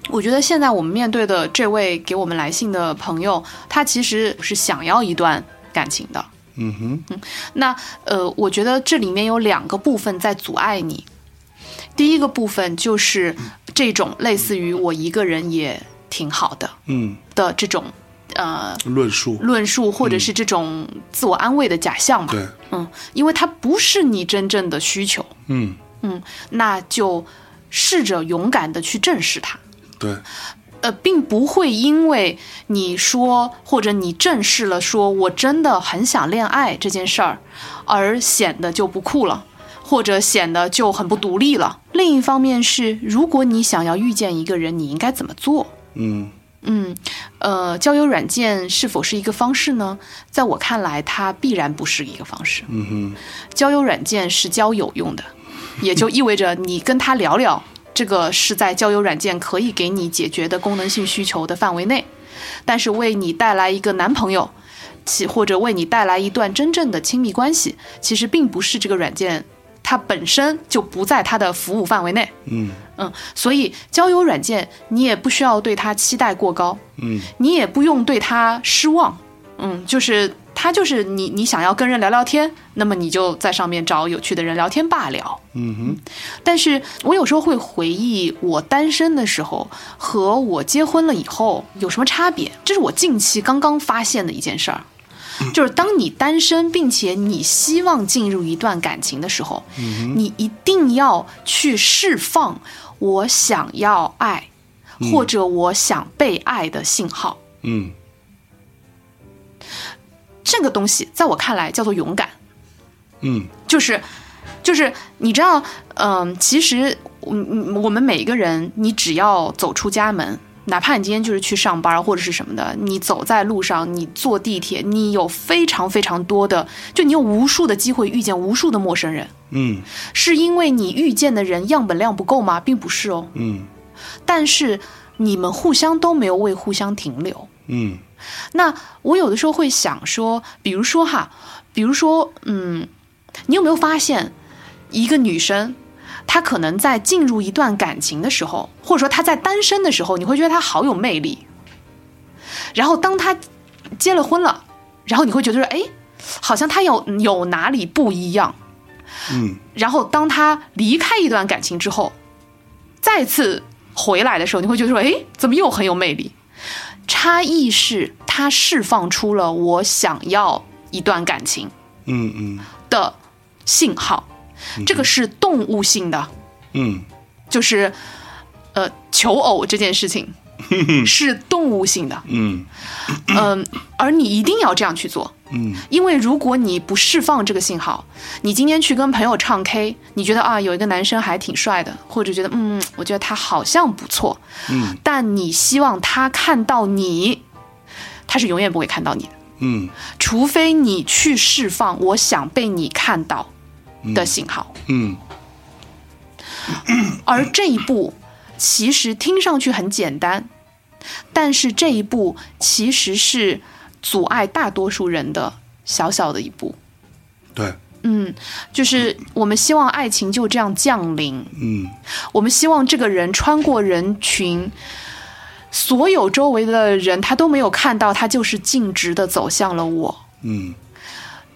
我觉得现在我们面对的这位给我们来信的朋友，他其实是想要一段感情的。嗯哼，那呃，我觉得这里面有两个部分在阻碍你。第一个部分就是这种类似于我一个人也挺好的嗯，的这种呃论述，论述，或者是这种自我安慰的假象吧。嗯对，嗯，因为它不是你真正的需求，嗯，嗯，那就试着勇敢的去正视它。对，呃，并不会因为你说或者你正视了说我真的很想恋爱这件事儿，而显得就不酷了，或者显得就很不独立了。另一方面是，如果你想要遇见一个人，你应该怎么做？嗯，嗯，呃，交友软件是否是一个方式呢？在我看来，它必然不是一个方式。嗯哼，交友软件是交友用的，也就意味着你跟他聊聊，这个是在交友软件可以给你解决的功能性需求的范围内，但是为你带来一个男朋友，其或者为你带来一段真正的亲密关系，其实并不是这个软件它本身就不在它的服务范围内。嗯，嗯，所以交友软件你也不需要对它期待过高，嗯，你也不用对他失望，嗯，就是他就是你，你想要跟人聊聊天，那么你就在上面找有趣的人聊天罢了。嗯哼，但是我有时候会回忆我单身的时候和我结婚了以后有什么差别，这是我近期刚刚发现的一件事儿。就是当你单身，并且你希望进入一段感情的时候，你一定要去释放我想要爱，或者我想被爱的信号。嗯，这个东西在我看来叫做勇敢，嗯，就是就是你知道，嗯、其实嗯嗯我们每一个人，你只要走出家门。哪怕你今天就是去上班或者是什么的，你走在路上，你坐地铁，你有非常非常多的，就你有无数的机会遇见无数的陌生人，嗯，是因为你遇见的人样本量不够吗？并不是哦，嗯，但是你们互相都没有为互相停留，嗯，那我有的时候会想说，比如说哈，比如说，嗯，你有没有发现，一个女生，她可能在进入一段感情的时候，或者说她在单身的时候，你会觉得她好有魅力。然后当她结了婚了，然后你会觉得说，哎，好像她有嗯有哪里不一样。嗯，然后当她离开一段感情之后，再次回来的时候，你会觉得说，哎，怎么又很有魅力？差异是它释放出了我想要一段感情嗯，嗯，的信号，这个是动物性的，嗯，就是呃求偶这件事情，是动物性的，嗯嗯，而你一定要这样去做，嗯因为如果你不释放这个信号，你今天去跟朋友唱 K，你觉得啊有一个男生还挺帅的，或者觉得嗯，我觉得他好像不错，嗯但你希望他看到你，他是永远不会看到你的，嗯除非你去释放我想被你看到的信号。嗯而这一步其实听上去很简单，但是这一步其实是阻碍大多数人的小小的一步。对，嗯，就是我们希望爱情就这样降临，嗯我们希望这个人穿过人群，所有周围的人他都没有看到，他就是径直的走向了我。嗯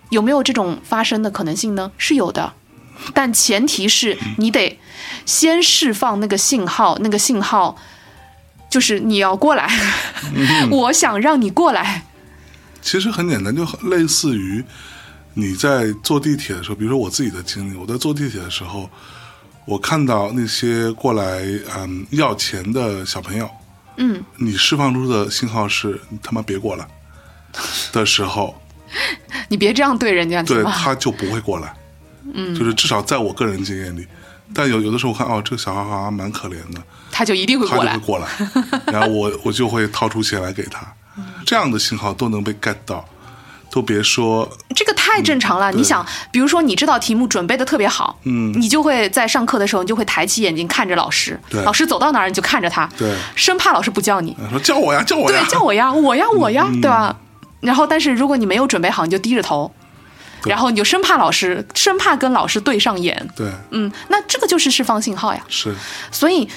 有没有这种发生的可能性呢？是有的，但前提是你得先释放那个信号，那个信号就是你要过来， [LAUGHS] 我想让你过来。其实很简单，就很类似于你在坐地铁的时候，比如说我自己的经历，我在坐地铁的时候，我看到那些过来嗯要钱的小朋友，嗯，你释放出的信号是“你他妈别过来” [LAUGHS] 的时候，你别这样对人家，对行吗？他就不会过来。嗯，就是至少在我个人经验里，但有有的时候我看哦，这个小孩好像蛮可怜的，他就一定会他过就会来。过来， [LAUGHS] 然后我我就会掏出钱来给他，嗯这样的信号都能被 get 到，都别说这个太正常了。嗯对你想，比如说你这道题目准备的特别好，嗯你就会在上课的时候，你就会抬起眼睛看着老师，对老师走到哪儿你就看着他，对生怕老师不叫你，说叫我呀，叫我对呀，，嗯叫我呀，我呀，我呀，对吧？然后，但是如果你没有准备好，你就低着头，对然后你就生怕老师，生怕跟老师对上眼，对，嗯，那这个就是释放信号呀。是，所以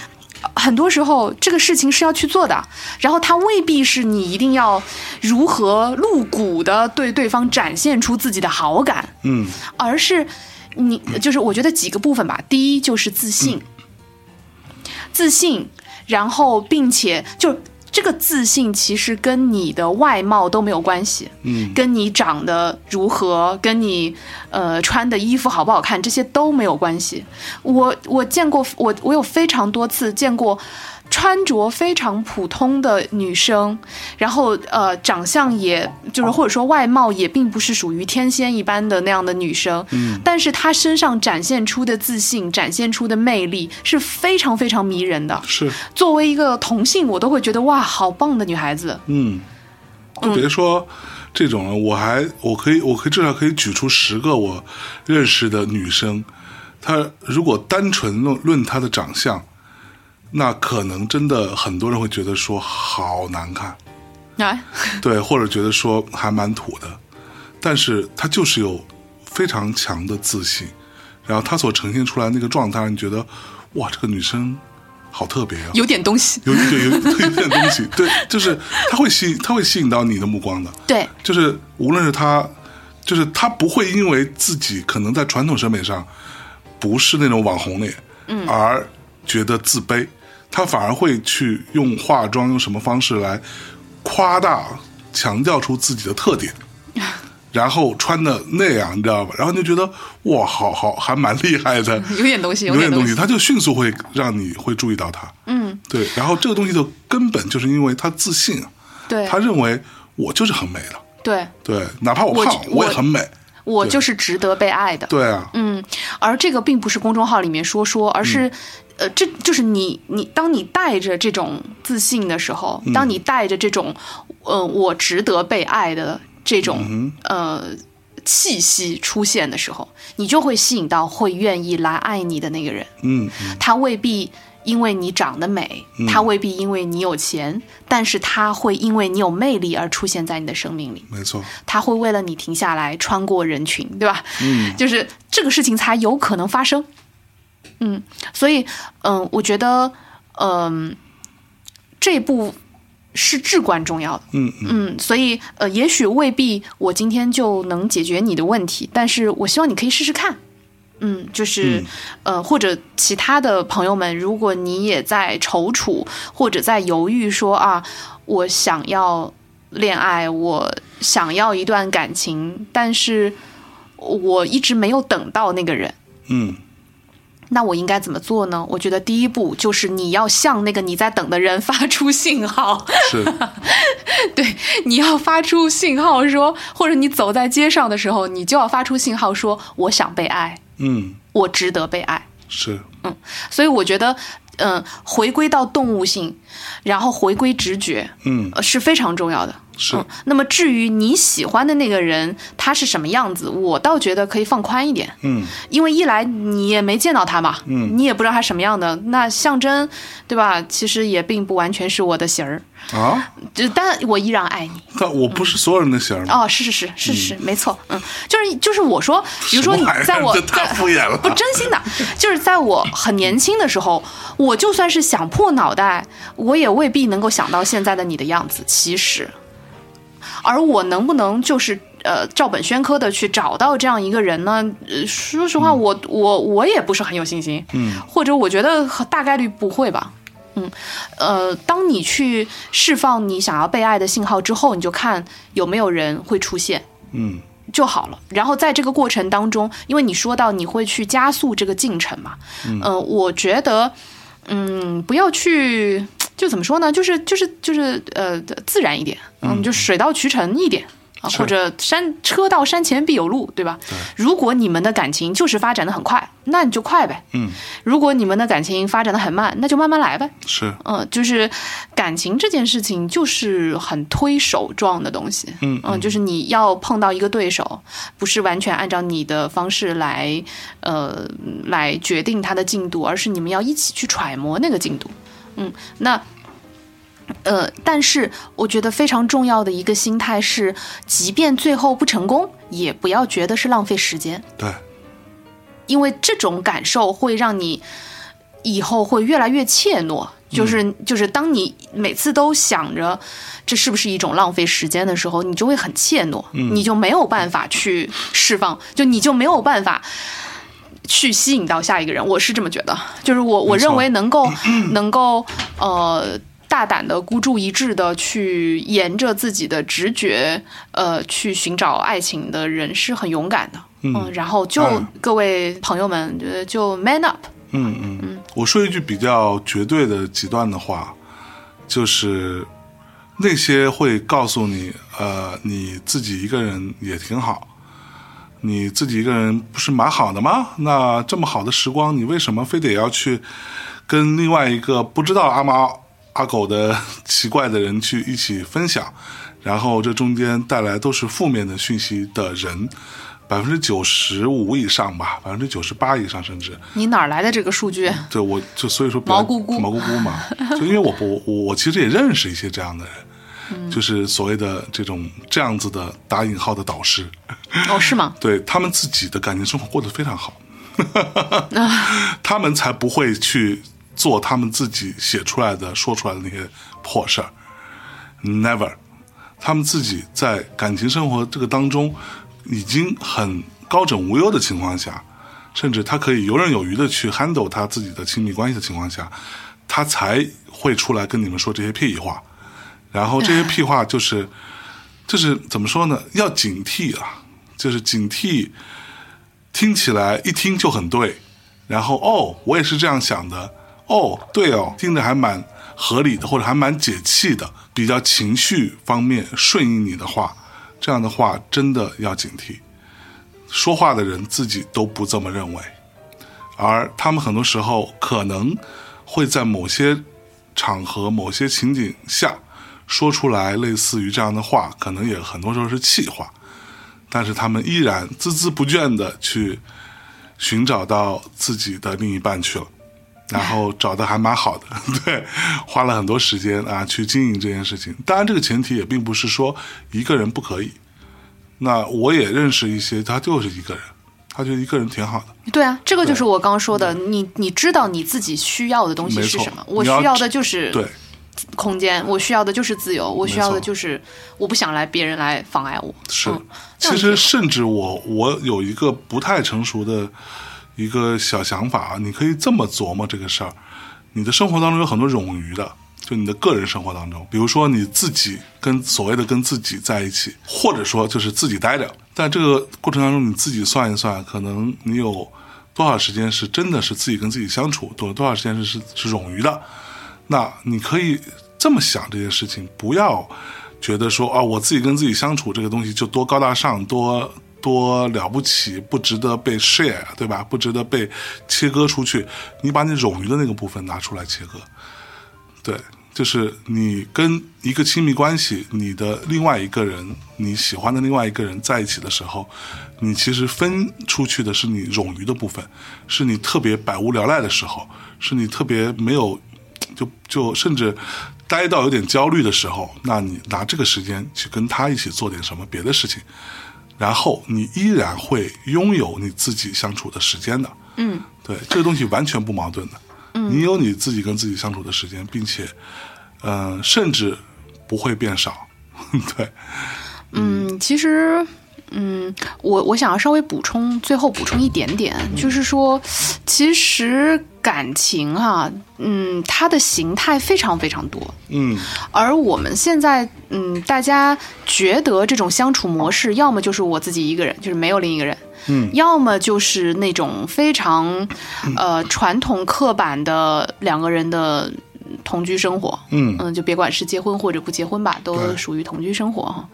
呃很多时候这个事情是要去做的，然后它未必是你一定要如何露骨的对对方展现出自己的好感，嗯而是你就是我觉得几个部分吧。第一就是自信，自信，然后并且就这个自信其实跟你的外貌都没有关系，嗯跟你长得如何，跟你呃穿的衣服好不好看，这些都没有关系。我我见过，我我有非常多次见过穿着非常普通的女生，然后呃长相也就是或者说外貌也并不是属于天仙一般的那样的女生，嗯但是她身上展现出的自信，展现出的魅力是非常非常迷人的。是，作为一个同性，我都会觉得哇，好棒的女孩子。嗯，就别说这种了，我还我可以我可以至少可以举出十个我认识的女生，她如果单纯论论她的长相，那可能真的很多人会觉得说好难看，啊， [LAUGHS] 对，或者觉得说还蛮土的，但是他就是有非常强的自信，然后他所呈现出来那个状态，让你觉得哇，这个女生好特别啊，有点东西。有对有有一点东西，对，就是他会吸他会吸引到你的目光的，对，就是无论是他，就是他不会因为自己可能在传统审美上不是那种网红脸，嗯，而觉得自卑，他反而会去用化妆用什么方式来夸大、强调出自己的特点。然后穿的那样，你知道吧？然后你就觉得哇，好好，还蛮厉害的， [LAUGHS] 有点东西，有点点东西西，。他就迅速会让你会注意到他。嗯，对，然后这个东西的根本就是因为他自信啊，对他，认为我就是很美的，对对，哪怕我我胖，就我也我很美。我就是值得被爱的。对啊，嗯，而这个并不是公众号里面说说，而是，呃，这就是你你当你带着这种自信的时候，当你带着这种，呃，我值得被爱的这种、呃气息出现的时候，你就会吸引到会愿意来爱你的那个人。嗯嗯他未必因为你长得美，他未必因为你有钱，但是他会因为你有魅力而出现在你的生命里。没错，他会为了你停下来，穿过人群，对吧？嗯，就是这个事情才有可能发生。嗯，所以，嗯、我觉得，嗯、这一步是至关重要的。嗯嗯，嗯，所以，呃，也许未必我今天就能解决你的问题，但是我希望你可以试试看。嗯，就是嗯，呃，或者其他的朋友们，如果你也在踌躇或者在犹豫说啊，我想要恋爱，我想要一段感情，但是我一直没有等到那个人，嗯那我应该怎么做呢？我觉得第一步就是你要向那个你在等的人发出信号，是对， [LAUGHS] 你要发出信号说，或者你走在街上的时候，你就要发出信号说，我想被爱，嗯我值得被爱。是所以我觉得，嗯、回归到动物性，然后回归直觉，嗯呃，是非常重要的。是嗯，那么至于你喜欢的那个人他是什么样子，我倒觉得可以放宽一点，嗯因为一来你也没见到他嘛，嗯你也不知道他什么样的，那象征，对吧？其实也并不完全是我的型儿，啊，就但我依然爱你。但我不是所有人的型儿吗？哦，是是是是是，没错，嗯，就是就是我说，比如说什你么玩意儿在我这太在敷衍了 [LAUGHS] 不真心的，就是在我很年轻的时候，我就算是想破脑袋，我也未必能够想到现在的你的样子。其实，而我能不能就是。呃，照本宣科的去找到这样一个人呢？呃说实话，我我我也不是很有信心，嗯，或者我觉得大概率不会吧，嗯，呃，当你去释放你想要被爱的信号之后，你就看有没有人会出现嗯就好了。然后在这个过程当中，因为你说到你会去加速这个进程嘛，嗯、呃，我觉得，嗯，不要去。就怎么说呢？就是就是就是呃，自然一点，嗯，就水到渠成一点啊，是或者山车到山前必有路，对吧？如果你们的感情就是发展的很快，那你就快呗；嗯如果你们的感情发展的很慢，那就慢慢来呗。是嗯，就是感情这件事情就是很推手状的东西。嗯嗯，就是你要碰到一个对手，不是完全按照你的方式来呃来决定他的进度，而是你们要一起去揣摩那个进度。嗯，那。呃，但是我觉得非常重要的一个心态是，即便最后不成功，也不要觉得是浪费时间。对因为这种感受会让你以后会越来越怯嗯懦。就是就是，当你每次都想着这是不是一种浪费时间的时候，你就会很怯懦，嗯你就没有办法去释放，就你就没有办法去吸引到下一个人。我是这么觉得，就是我我没错认为能够嗯能够呃大胆的孤注一掷的去沿着自己的直觉呃去寻找爱情的人是很勇敢的。嗯嗯，然后就、嗯各位朋友们，呃，就 man up。嗯嗯嗯，我说一句比较绝对的极端的话，就是那些会告诉你，呃，你自己一个人也挺好，你自己一个人不是蛮好的吗？那这么好的时光，你为什么非得要去跟另外一个不知道阿猫阿狗的奇怪的人去一起分享？然后这中间带来都是负面的讯息的人，百分之九十五以上吧，百分之九十八以上甚至，你哪儿来的这个数据？对，我就所以说不要毛咕咕毛咕咕嘛，就因为我不我我其实也认识一些这样的人，就是所谓的这种这样子的打引号的导师，哦，是吗？对他们自己的感情生活过得非常好， [LAUGHS] 他们才不会去做他们自己写出来的、说出来的那些破事儿，never。他们自己在感情生活这个当中，已经很高枕无忧的情况下，甚至他可以游刃有余的去 handle 他自己的亲密关系的情况下，他才会出来跟你们说这些屁话。然后这些屁话就是，就是怎么说呢？要警惕啊，就是警惕，听起来一听就很对，然后哦，我也是这样想的，哦，对哦，听着还蛮合理的，或者还蛮解气的，比较情绪方面顺应你的话，这样的话真的要警惕。说话的人自己都不这么认为，而他们很多时候可能会在某些场合、某些情景下说出来类似于这样的话，可能也很多时候是气话，但是他们依然孜孜不倦的去寻找到自己的另一半去了。然后找的还蛮好的，对，花了很多时间啊去经营这件事情。当然，这个前提也并不是说一个人不可以。那我也认识一些，他就是一个人，他觉得一个人挺好的。对啊，这个就是我刚说的，你你知道你自己需要的东西没是错什么？我你需要要知的就是对，空间，我需要的就是自由，我需没要的错就是我不想来别人来妨碍我。是，嗯这其样挺实甚至我我有一个不太成熟的一个小想法，啊你可以这么琢磨这个事儿：你的生活当中有很多冗余的，就你的个人生活当中，比如说你自己跟所谓的跟自己在一起，或者说就是自己待着，在这个过程当中，你自己算一算，可能你有多少时间是真的是自己跟自己相处，多多少时间是是是冗余的。那你可以这么想这件事情，不要觉得说啊，我自己跟自己相处这个东西就多高大上，多多了不起，不值得被 share，对吧？不值得被切割出去。你把你冗余的那个部分拿出来切割，对，就是你跟一个亲密关系，你的另外一个人，你喜欢的另外一个人在一起的时候，你其实分出去的是你冗余的部分，是你特别百无聊赖的时候，是你特别没有就就甚至待到有点焦虑的时候，那你拿这个时间去跟他一起做点什么别的事情，然后你依然会拥有你自己相处的时间的。嗯，对，这个东西完全不矛盾的。你有你自己跟自己相处的时间，并且，呃，甚至不会变少。 [LAUGHS] 对，嗯，其实，嗯，我我想要稍微补充，最后补充一点点，嗯就是说，其实感情哈、嗯，它的形态非常非常多，嗯而我们现在，嗯，大家觉得这种相处模式，要么就是我自己一个人，就是没有另一个人，嗯，要么就是那种非常，呃，传统刻板的两个人的同居生活，嗯嗯，就别管是结婚或者不结婚吧，都对属于同居生活哈。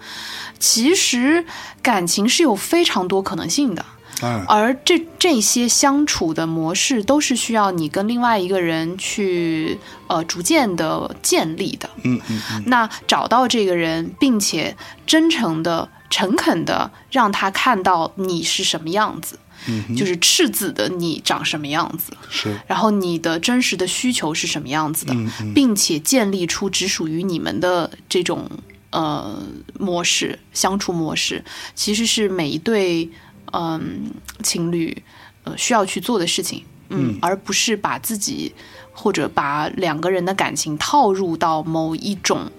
其实感情是有非常多可能性的，哎，而这这些相处的模式都是需要你跟另外一个人去呃逐渐的建立的。嗯嗯嗯，那找到这个人，并且真诚的、诚恳的让他看到你是什么样子，嗯就是赤子的你长什么样子，是，然后你的真实的需求是什么样子的，嗯嗯并且建立出只属于你们的这种呃模式相处模式，其实是每一对嗯、情侣呃需要去做的事情，嗯，而不是把自己或者把两个人的感情套入到某一种。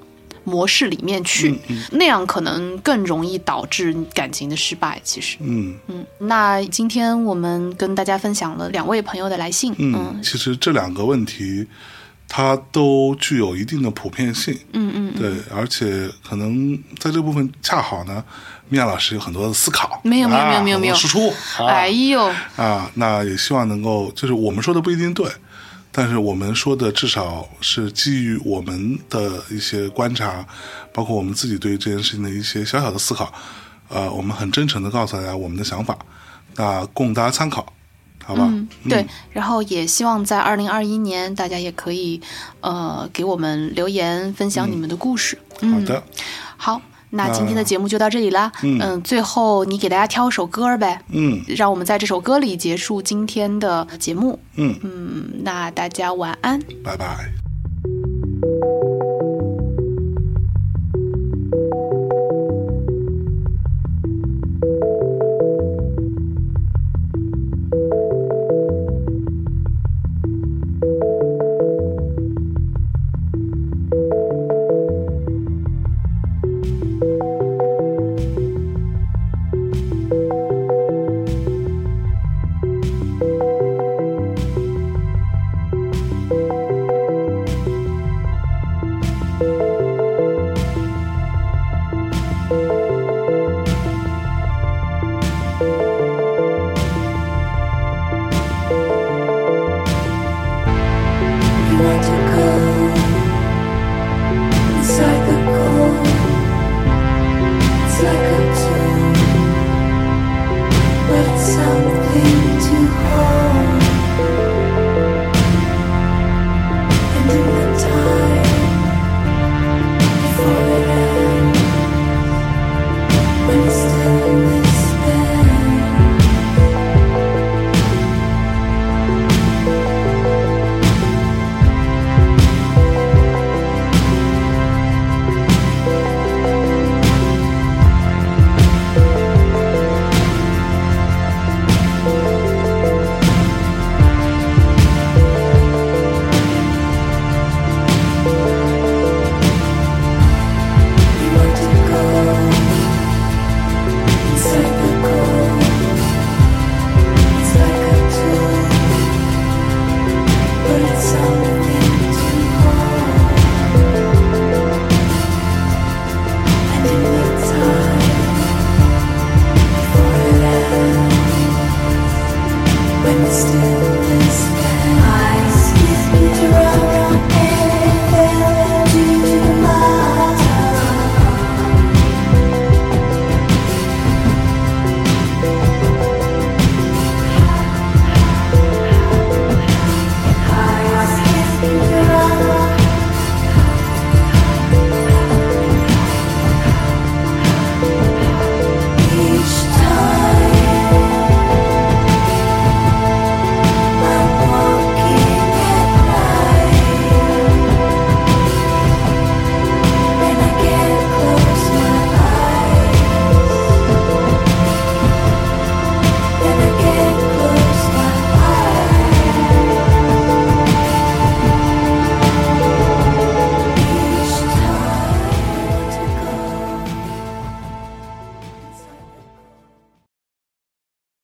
模式里面去，嗯那样可能更容易导致感情的失败。其实，嗯嗯，那今天我们跟大家分享了两位朋友的来信，嗯，其实这两个问题，它都具有一定的普遍性。嗯嗯，对，而且可能在这部分恰好呢，米娅老师有很多的思考，没有没有啊没有没有很多没有输出，啊哎呦，啊，那也希望能够，就是我们说的不一定对，但是我们说的至少是基于我们的一些观察，包括我们自己对于这件事情的一些小小的思考，呃，我们很真诚的告诉大家我们的想法，那供大家参考，好吧？嗯，对，然后也希望在二零二一年，大家也可以呃给我们留言，分享你们的故事。嗯嗯好的，好，那今天的节目就到这里啦。嗯、最后你给大家挑一首歌呗，嗯让我们在这首歌里结束今天的节目。嗯，嗯，那大家晚安。拜拜。